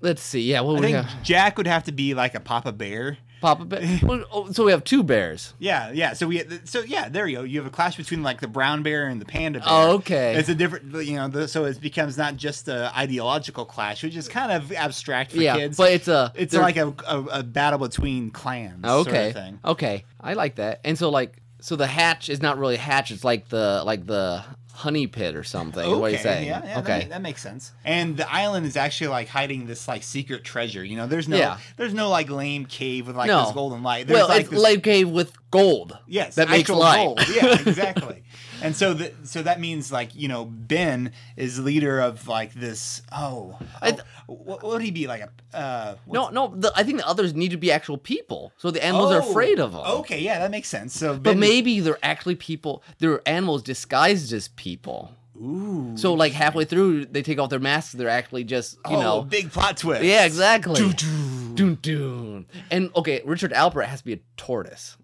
Let's see. Oh, Yeah. What I would we think have? Jack would have to be like a Papa Bear. Papa Bear. Well, oh, so we have two bears. Yeah, yeah. So we, so yeah, there you go. You have a clash between like the brown bear and the panda bear. Oh, okay. It's a different, you know. The, so it becomes not just a ideological clash, which is kind of abstract for yeah. kids. But it's a. it's they're- like a, a, a battle between clans. Okay. Sort of thing. Okay. I like that. And so like so the hatch is not really a hatch. It's like the like the honey pit or something. What you saying? Yeah, yeah, okay. That, ma- that makes sense. And the island is actually like hiding this like secret treasure. You know, there's no, Yeah. there's no like lame cave with like No. this golden light. There's well, like it's this, lake cave with gold. Yes, That makes actual light. gold. Yeah, exactly. and so, the, so that means like you know, Ben is leader of like this. Oh, I th- oh, what, what would he be like? A uh, what's- No, no. The, I think the others need to be actual people, so the animals are Oh, afraid of them. Okay, yeah, that makes sense. So, But ben is- maybe they're actually people. They're animals disguised as people. ooh, So like halfway through, they take off their masks. They're actually just you oh, know. big plot twist. yeah, exactly. Doo, doo. Doon doon. And okay, Richard Alpert has to be a tortoise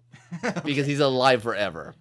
because he's alive forever.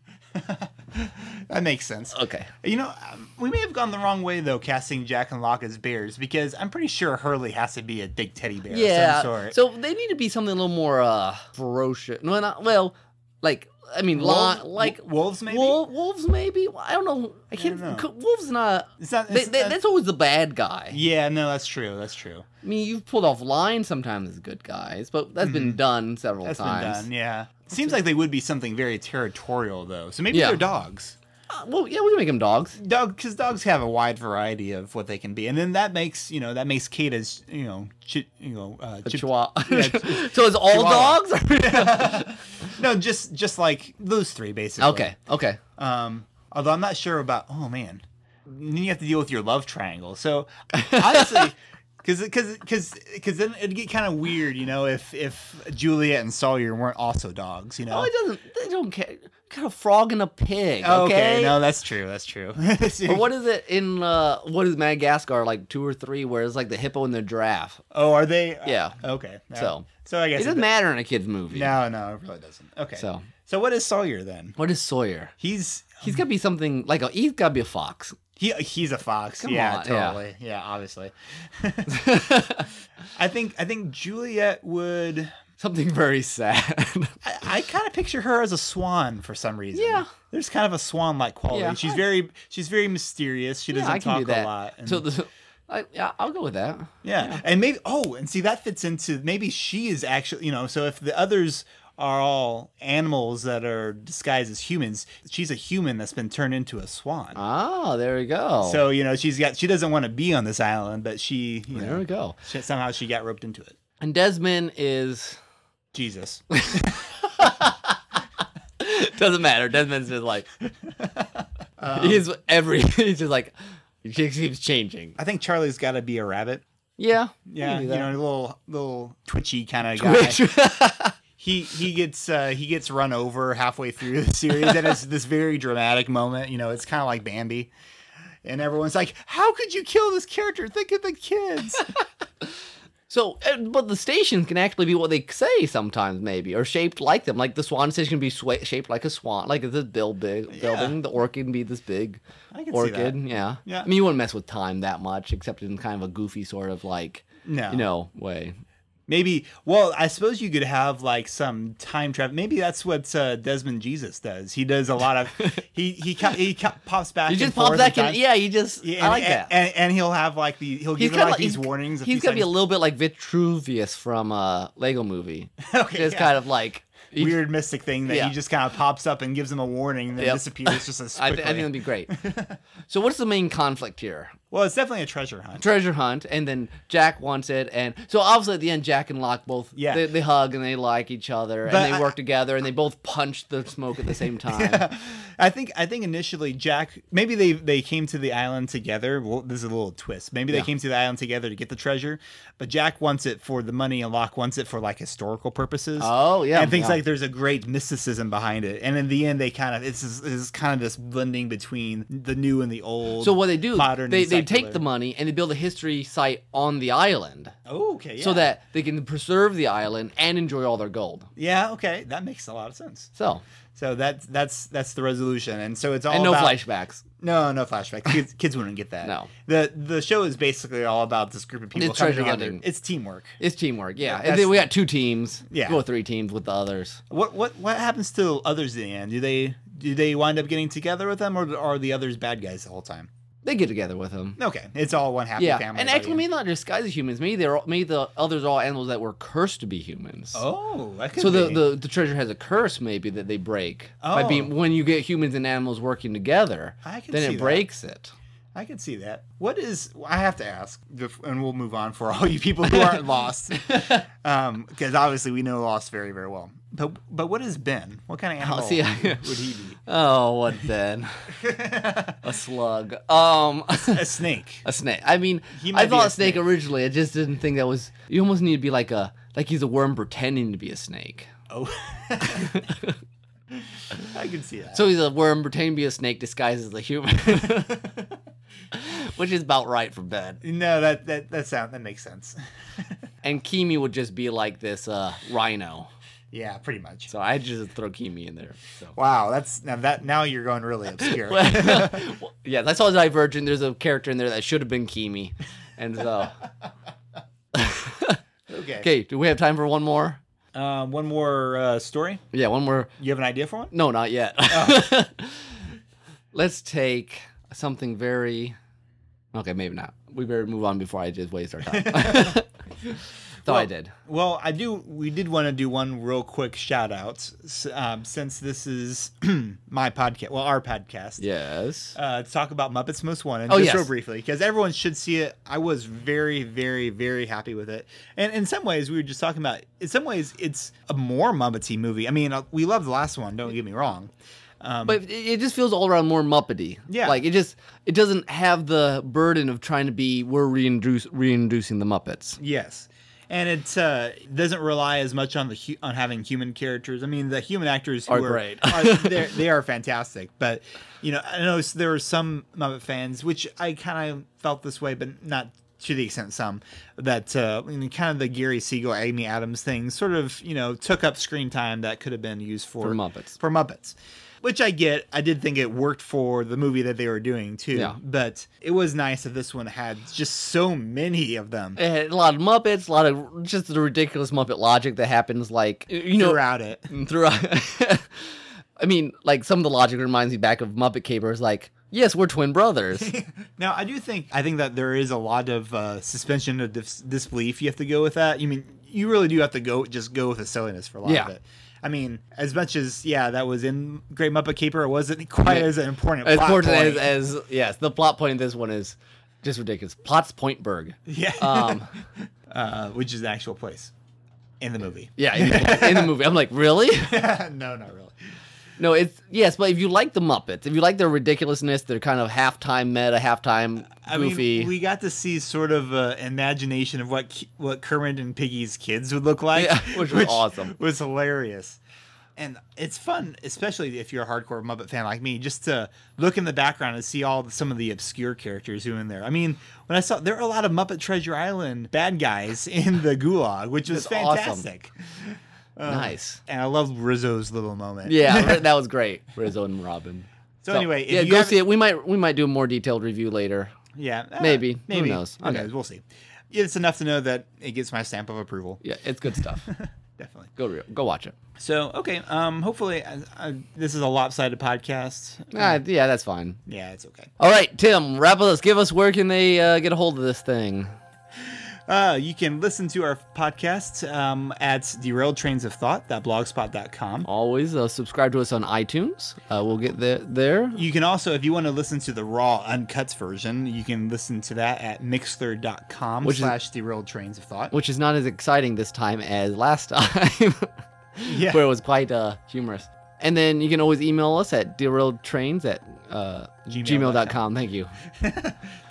That makes sense. Okay. You know, um, we may have gone the wrong way though, casting Jack and Locke as bears, because I'm pretty sure Hurley has to be a big teddy bear Yeah. of some sort. So they need to be something a little more uh ferocious. No, not well, like I mean, Wolves- lion, like wolves, maybe. wol- wolves maybe. I don't know. I can't. don't know. co- Wolves not. It's not- They, it's they, not- that's always the bad guy. yeah, no, that's true. That's true. I mean, you've pulled off lion sometimes as good guys, but that's been done several Mm-hmm. That's times. been done, yeah. Seems like they would be something very territorial, though. So maybe Yeah. they're dogs. Uh, well, yeah, we can make them dogs. Dog, because dogs have a wide variety of what they can be, and then that makes you know that makes Kate as you know chi- you know uh, A chip- chihuahua. Yeah, ch- so it's all chihuahua. dogs. no just just like those three basically. okay. Okay. Um, although I'm not sure about. Oh man, then you have to deal with your love triangle. So honestly, because because because because then it'd get kind of weird, you know, if if Juliet and Sawyer weren't also dogs, you know. Oh, it doesn't. They don't care. Got a frog and a pig. Oh, Okay. no, that's true. That's true. Or what is it in uh, what is Madagascar like two or three? Where it's like the hippo and the giraffe. Oh, are they? Yeah. Okay. So- so I It guess doesn't matter in a kids movie. No, no, it really doesn't. Okay. So. so what is Sawyer then? What is Sawyer? He's He's got to be something like a. He's got to be a fox. he he's a fox. Come yeah, on, yeah. totally. Yeah, obviously. I think I think Juliet would. something very sad. I, I kind of picture her as a swan for some reason. Yeah. There's kind of a swan-like quality. Yeah. she's very she's very mysterious. She Yeah, doesn't I can talk do that. a lot. and- So the, I, yeah, I'll go with that. Yeah. And maybe oh, and see that fits into maybe she is actually, you know, so if the others are all animals that are disguised as humans, she's a human that's been turned into a swan. Ah, there we go. So, you know, she's got she doesn't want to be on this island, but she, you there we know, go. she- somehow she got roped into it. And Desmond is Jesus. doesn't matter. Desmond's just like Um, he's every he's just like he just keeps changing. I think Charlie's got to be a rabbit. Yeah, we Yeah, can do you that. know, a little little twitchy kind of guy. he he gets uh, he gets run over halfway through the series, and it's this very dramatic moment. You know, it's kind of like Bambi, and everyone's like, "How could you kill this character? Think of the kids." so, uh, but the stations can actually be what they say sometimes, maybe, or shaped like them. Like the Swan station can be swa- shaped like a swan, like this bill big building. The orchid can be this big I can see orchid. that. Yeah, Yeah. I mean, you wouldn't mess with time that much, except in kind of a goofy sort of like No. you know way. Maybe. Well, I suppose you could have like some time travel. Maybe that's what uh, Desmond Jesus does. He does a lot of he he ca- he ca- pops back. You just and pop forth back in and time. yeah, you just Yeah, I and- like that. and, and, and he'll have like the he'll He's give them, kind of like these warnings. a He's few gonna be a times. little bit like Vitruvius from uh, Lego Movie. Okay, Just yeah. kind of like he- weird mystic thing that Yeah. he just kind of pops up and gives them a warning and then Yep. disappears just as I, quickly. th- I think it'd be great. so, what's the main conflict here? Well, it's definitely a treasure hunt. treasure hunt, and then Jack wants it, and so obviously at the end, Jack and Locke both Yeah. they, they hug and they like each other But and they I- work together and they both punch the smoke at the same time. I think I think initially Jack maybe they they came to the island together. Well, this is a little twist. Maybe they Yeah. came to the island together to get the treasure, but Jack wants it for the money and Locke wants it for like historical purposes. Oh yeah, and things yeah. like there's a great mysticism behind it. And in the end, they kind of it's this is kind of this blending between the new and the old. So what they do, modern they and they take secular. the money and they build a history site on the island Oh, okay, yeah. so that they can preserve the island and enjoy all their gold. yeah, okay, that makes a lot of sense. So So that's that's that's the resolution, and so it's all and no about, flashbacks. No, no flashbacks. Kids, kids wouldn't get that. No. The the show is basically all about this group of people It's coming treasure together. hunting. It's teamwork. It's teamwork, yeah. And that's- then we got two teams, Yeah. well three teams with the others. What what what happens to others in the end? Do they do they wind up getting together with them, or are the others bad guys the whole time? They get together with them. Okay, it's all one happy yeah, family. and by the actually, end. maybe not just guys as humans. Maybe they're all, maybe the others are all animals that were cursed to be humans. oh, that could so the, be. the the treasure has a curse, maybe that they break by being Oh. when you get humans and animals working together. I can then see it that. breaks it. I can see that. What is I have to ask, bef- and we'll move on for all you people who aren't lost, because obviously we know Lost very very well. But but what is Ben? Oh, What kind of animal Oh, see, I- would he be? Oh, what then? a slug. Um, A snake. a snake. I mean, He might I be thought a snake, snake. originally. I just didn't think that was. You almost need to be like a like he's a worm pretending to be a snake. Oh, I can see that. So he's a worm pretending to be a snake disguised as a human, which is about right for Ben. no, that that that sound that makes sense. And Kimi would just be like this uh, rhino. yeah, pretty much. So I just throw Kimi in there. So. Wow, that's now that now you're going really obscure. Well, yeah, that's all Divergent. There's a character in there that should have been Kimi. And so, okay. okay, do we have time for one more? Um, one more uh, story. Yeah, one more. You have an idea for one? No, not yet. Let's take something very. Okay, maybe not. We better move on before I just waste our time. Thought I Well- did. Well, I do. We did want to do one real quick shout out um, since this is my podcast. Well, our podcast. Yes. Uh, to talk about Muppets Most Wanted Oh, just yes. real briefly because everyone should see it. I was very, very, very happy with it, and in some ways we were just talking about. In some ways, it's a more Muppety movie. I mean, uh, we love the last one. Don't get me wrong. Um, But it- it just feels all around more Muppety. Yeah. Like it just it doesn't have the burden of trying to be we're reintroduce, reintroducing the Muppets. Yes, and it uh, doesn't rely as much on the hu- on having human characters. I mean, the human actors who Are are, great. are- they're, they are fantastic. But you know, I know s- there are some Muppet fans, which I kind of felt this way, but not to the extent some that uh, I mean, kind of the Gary Siegel, Amy Adams thing, sort of you know took up screen time that could have been used for, For Muppets. For Muppets. Which I get. I did think it worked for the movie that they were doing too. Yeah. But it was nice that this one had just so many of them. It had Eh, a lot of Muppets, a lot of just the ridiculous Muppet logic that happens, like you know, throughout it. throughout. I mean, like some of the logic reminds me back of Muppet Capers. Like, yes, we're twin brothers. Now, I do think I think that there is a lot of uh, suspension of dis- disbelief. You have to go with that. You mean you really do have to go just go with the silliness for a lot Yeah. of it. I mean, as much as yeah, that was in Great Muppet Caper, it wasn't quite Yeah. as an important as plot important as, point. as yes, the plot point of this one is just ridiculous. Plots Pointberg. yeah, Um, uh, which is the actual place in the movie. yeah, in, in the movie, I'm like, really? no, not really. No, it's yes, but if you like the Muppets, if you like their ridiculousness, their kind of halftime meta, halftime I goofy. mean, we got to see sort of an imagination of what ki- what Kermit and Piggy's kids would look like, Yeah, which was awesome. was hilarious. And it's fun, especially if you're a hardcore Muppet fan like me, just to look in the background and see all the, some of the obscure characters who are in there. I mean, when I saw there are a lot of Muppet Treasure Island bad guys in the Gulag, which was That's awesome. fantastic. Um, nice. And I love Rizzo's little moment. Yeah, that was great. Rizzo and Robin. so, anyway, if yeah, you go haven't- see it. We might we might do a more detailed review later. Yeah, uh, Maybe. Who knows? Who Okay. knows? We'll see. It's enough to know that it gets my stamp of approval. Yeah, it's good stuff. Definitely. go re- go watch it. So okay, um, hopefully I, I, this is a lopsided podcast. Ah, yeah, that's fine. Yeah, it's okay. All right, Tim, wrap us. Give us where can they uh, get a hold of this thing? Uh, you can listen to our podcast um, at derailed trains of thought.blogspot.com. Always uh, subscribe to us on iTunes. Uh, we'll get there. There. You can also, if you want to listen to the raw, uncut version, you can listen to that at mixler.com Which is- slash derailed trains of thought. which is not as exciting this time as last time, Yeah. where it was quite uh, humorous. And then you can always email us at derailedtrains at uh, Gmail.com. gmail.com. Thank you.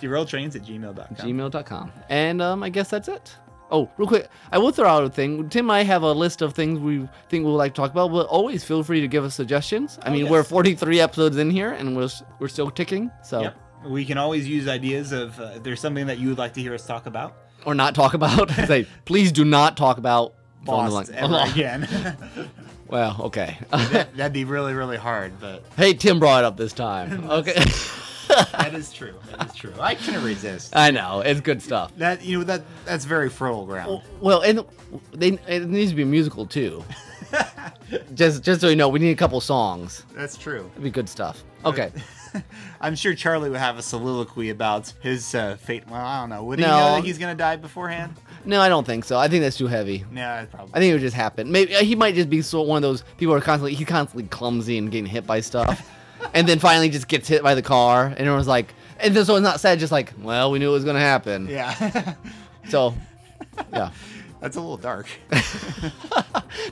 derailed trains at gmail.com. Gmail.com. And um, I guess that's it. Oh, real quick, I will throw out a thing. Tim and I have a list of things we think we'll like to talk about, but always feel free to give us suggestions. I Oh, mean, yes. we're 43 episodes in here and we're, s- we're still ticking, so, Yep. We can always use ideas of uh, if there's something that you would like to hear us talk about. or not talk about. Say, please do not talk about Fill in the Lost blank. ever again. Well, okay. that, that'd be really, really hard, but hey, Tim brought it up this time. Okay. that is true. That is true. I couldn't resist. I know it's good stuff. That you know that that's very fertile ground. Well, and they it needs to be musical too. just just so you know, we need a couple songs. That's true. It'd be good stuff. Okay. I'm sure Charlie would have a soliloquy about his uh, fate. Well, I don't know. Would he No. know that he's gonna die beforehand? No, I don't think so. I think that's too heavy. No, probably. I think it would just happen. Maybe he might just be so one of those people who are constantly he's constantly clumsy and getting hit by stuff, and then finally just gets hit by the car, and everyone's like, and then so it's not sad, just like, well, we knew it was gonna happen. yeah, So, yeah. that's a little dark.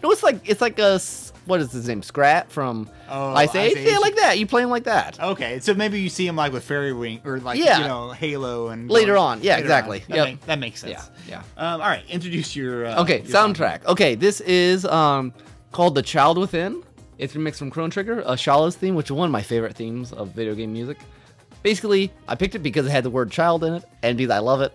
No, it's like it's like a s- what is his name? Scrat from Oh, Ice, Age? Ice Yeah, Age. Oh, like that. You play him like that. okay, so maybe you see him like with Fairy Wing or like Yeah. you know Halo and Later on. Yeah, Later exactly. That, Yep. make- that makes sense. Yeah, yeah. Um, all right, introduce your uh, Okay, your soundtrack. Okay, this is um called "The Child Within." It's remixed from Chrono Trigger, a Shala's theme, which is one of my favorite themes of video game music. Basically, I picked it because it had the word "child" in it, and because I love it.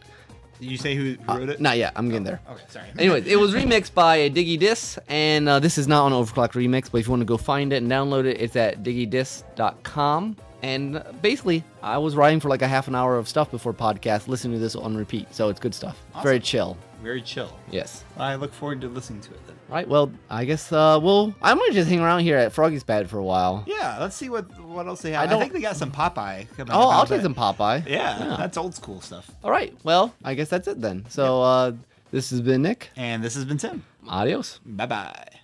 Did you say who Uh, wrote it? Not yet. I'm getting there. Okay, sorry. Anyways, it was remixed by Diggy Dis, and uh, this is not on Overclock Remix, but if you want to go find it and download it, it's at diggydis.com. And uh, basically, I was writing for like a half an hour of stuff before podcast, listening to this on repeat, so it's good stuff. Very Awesome. chill. Very chill. Yes. I look forward to listening to it then. All right. Well, I guess uh, we'll. I'm gonna just hang around here at Froggy's Pad for a while. Yeah, let's see what what else they I have. I, don't- think they got some Popeye. Coming Oh, up, I'll but- take some Popeye. Yeah, that's old school stuff. All right. Well, I guess that's it then. So uh, this has been Nick. And this has been Tim. Adios. Bye bye.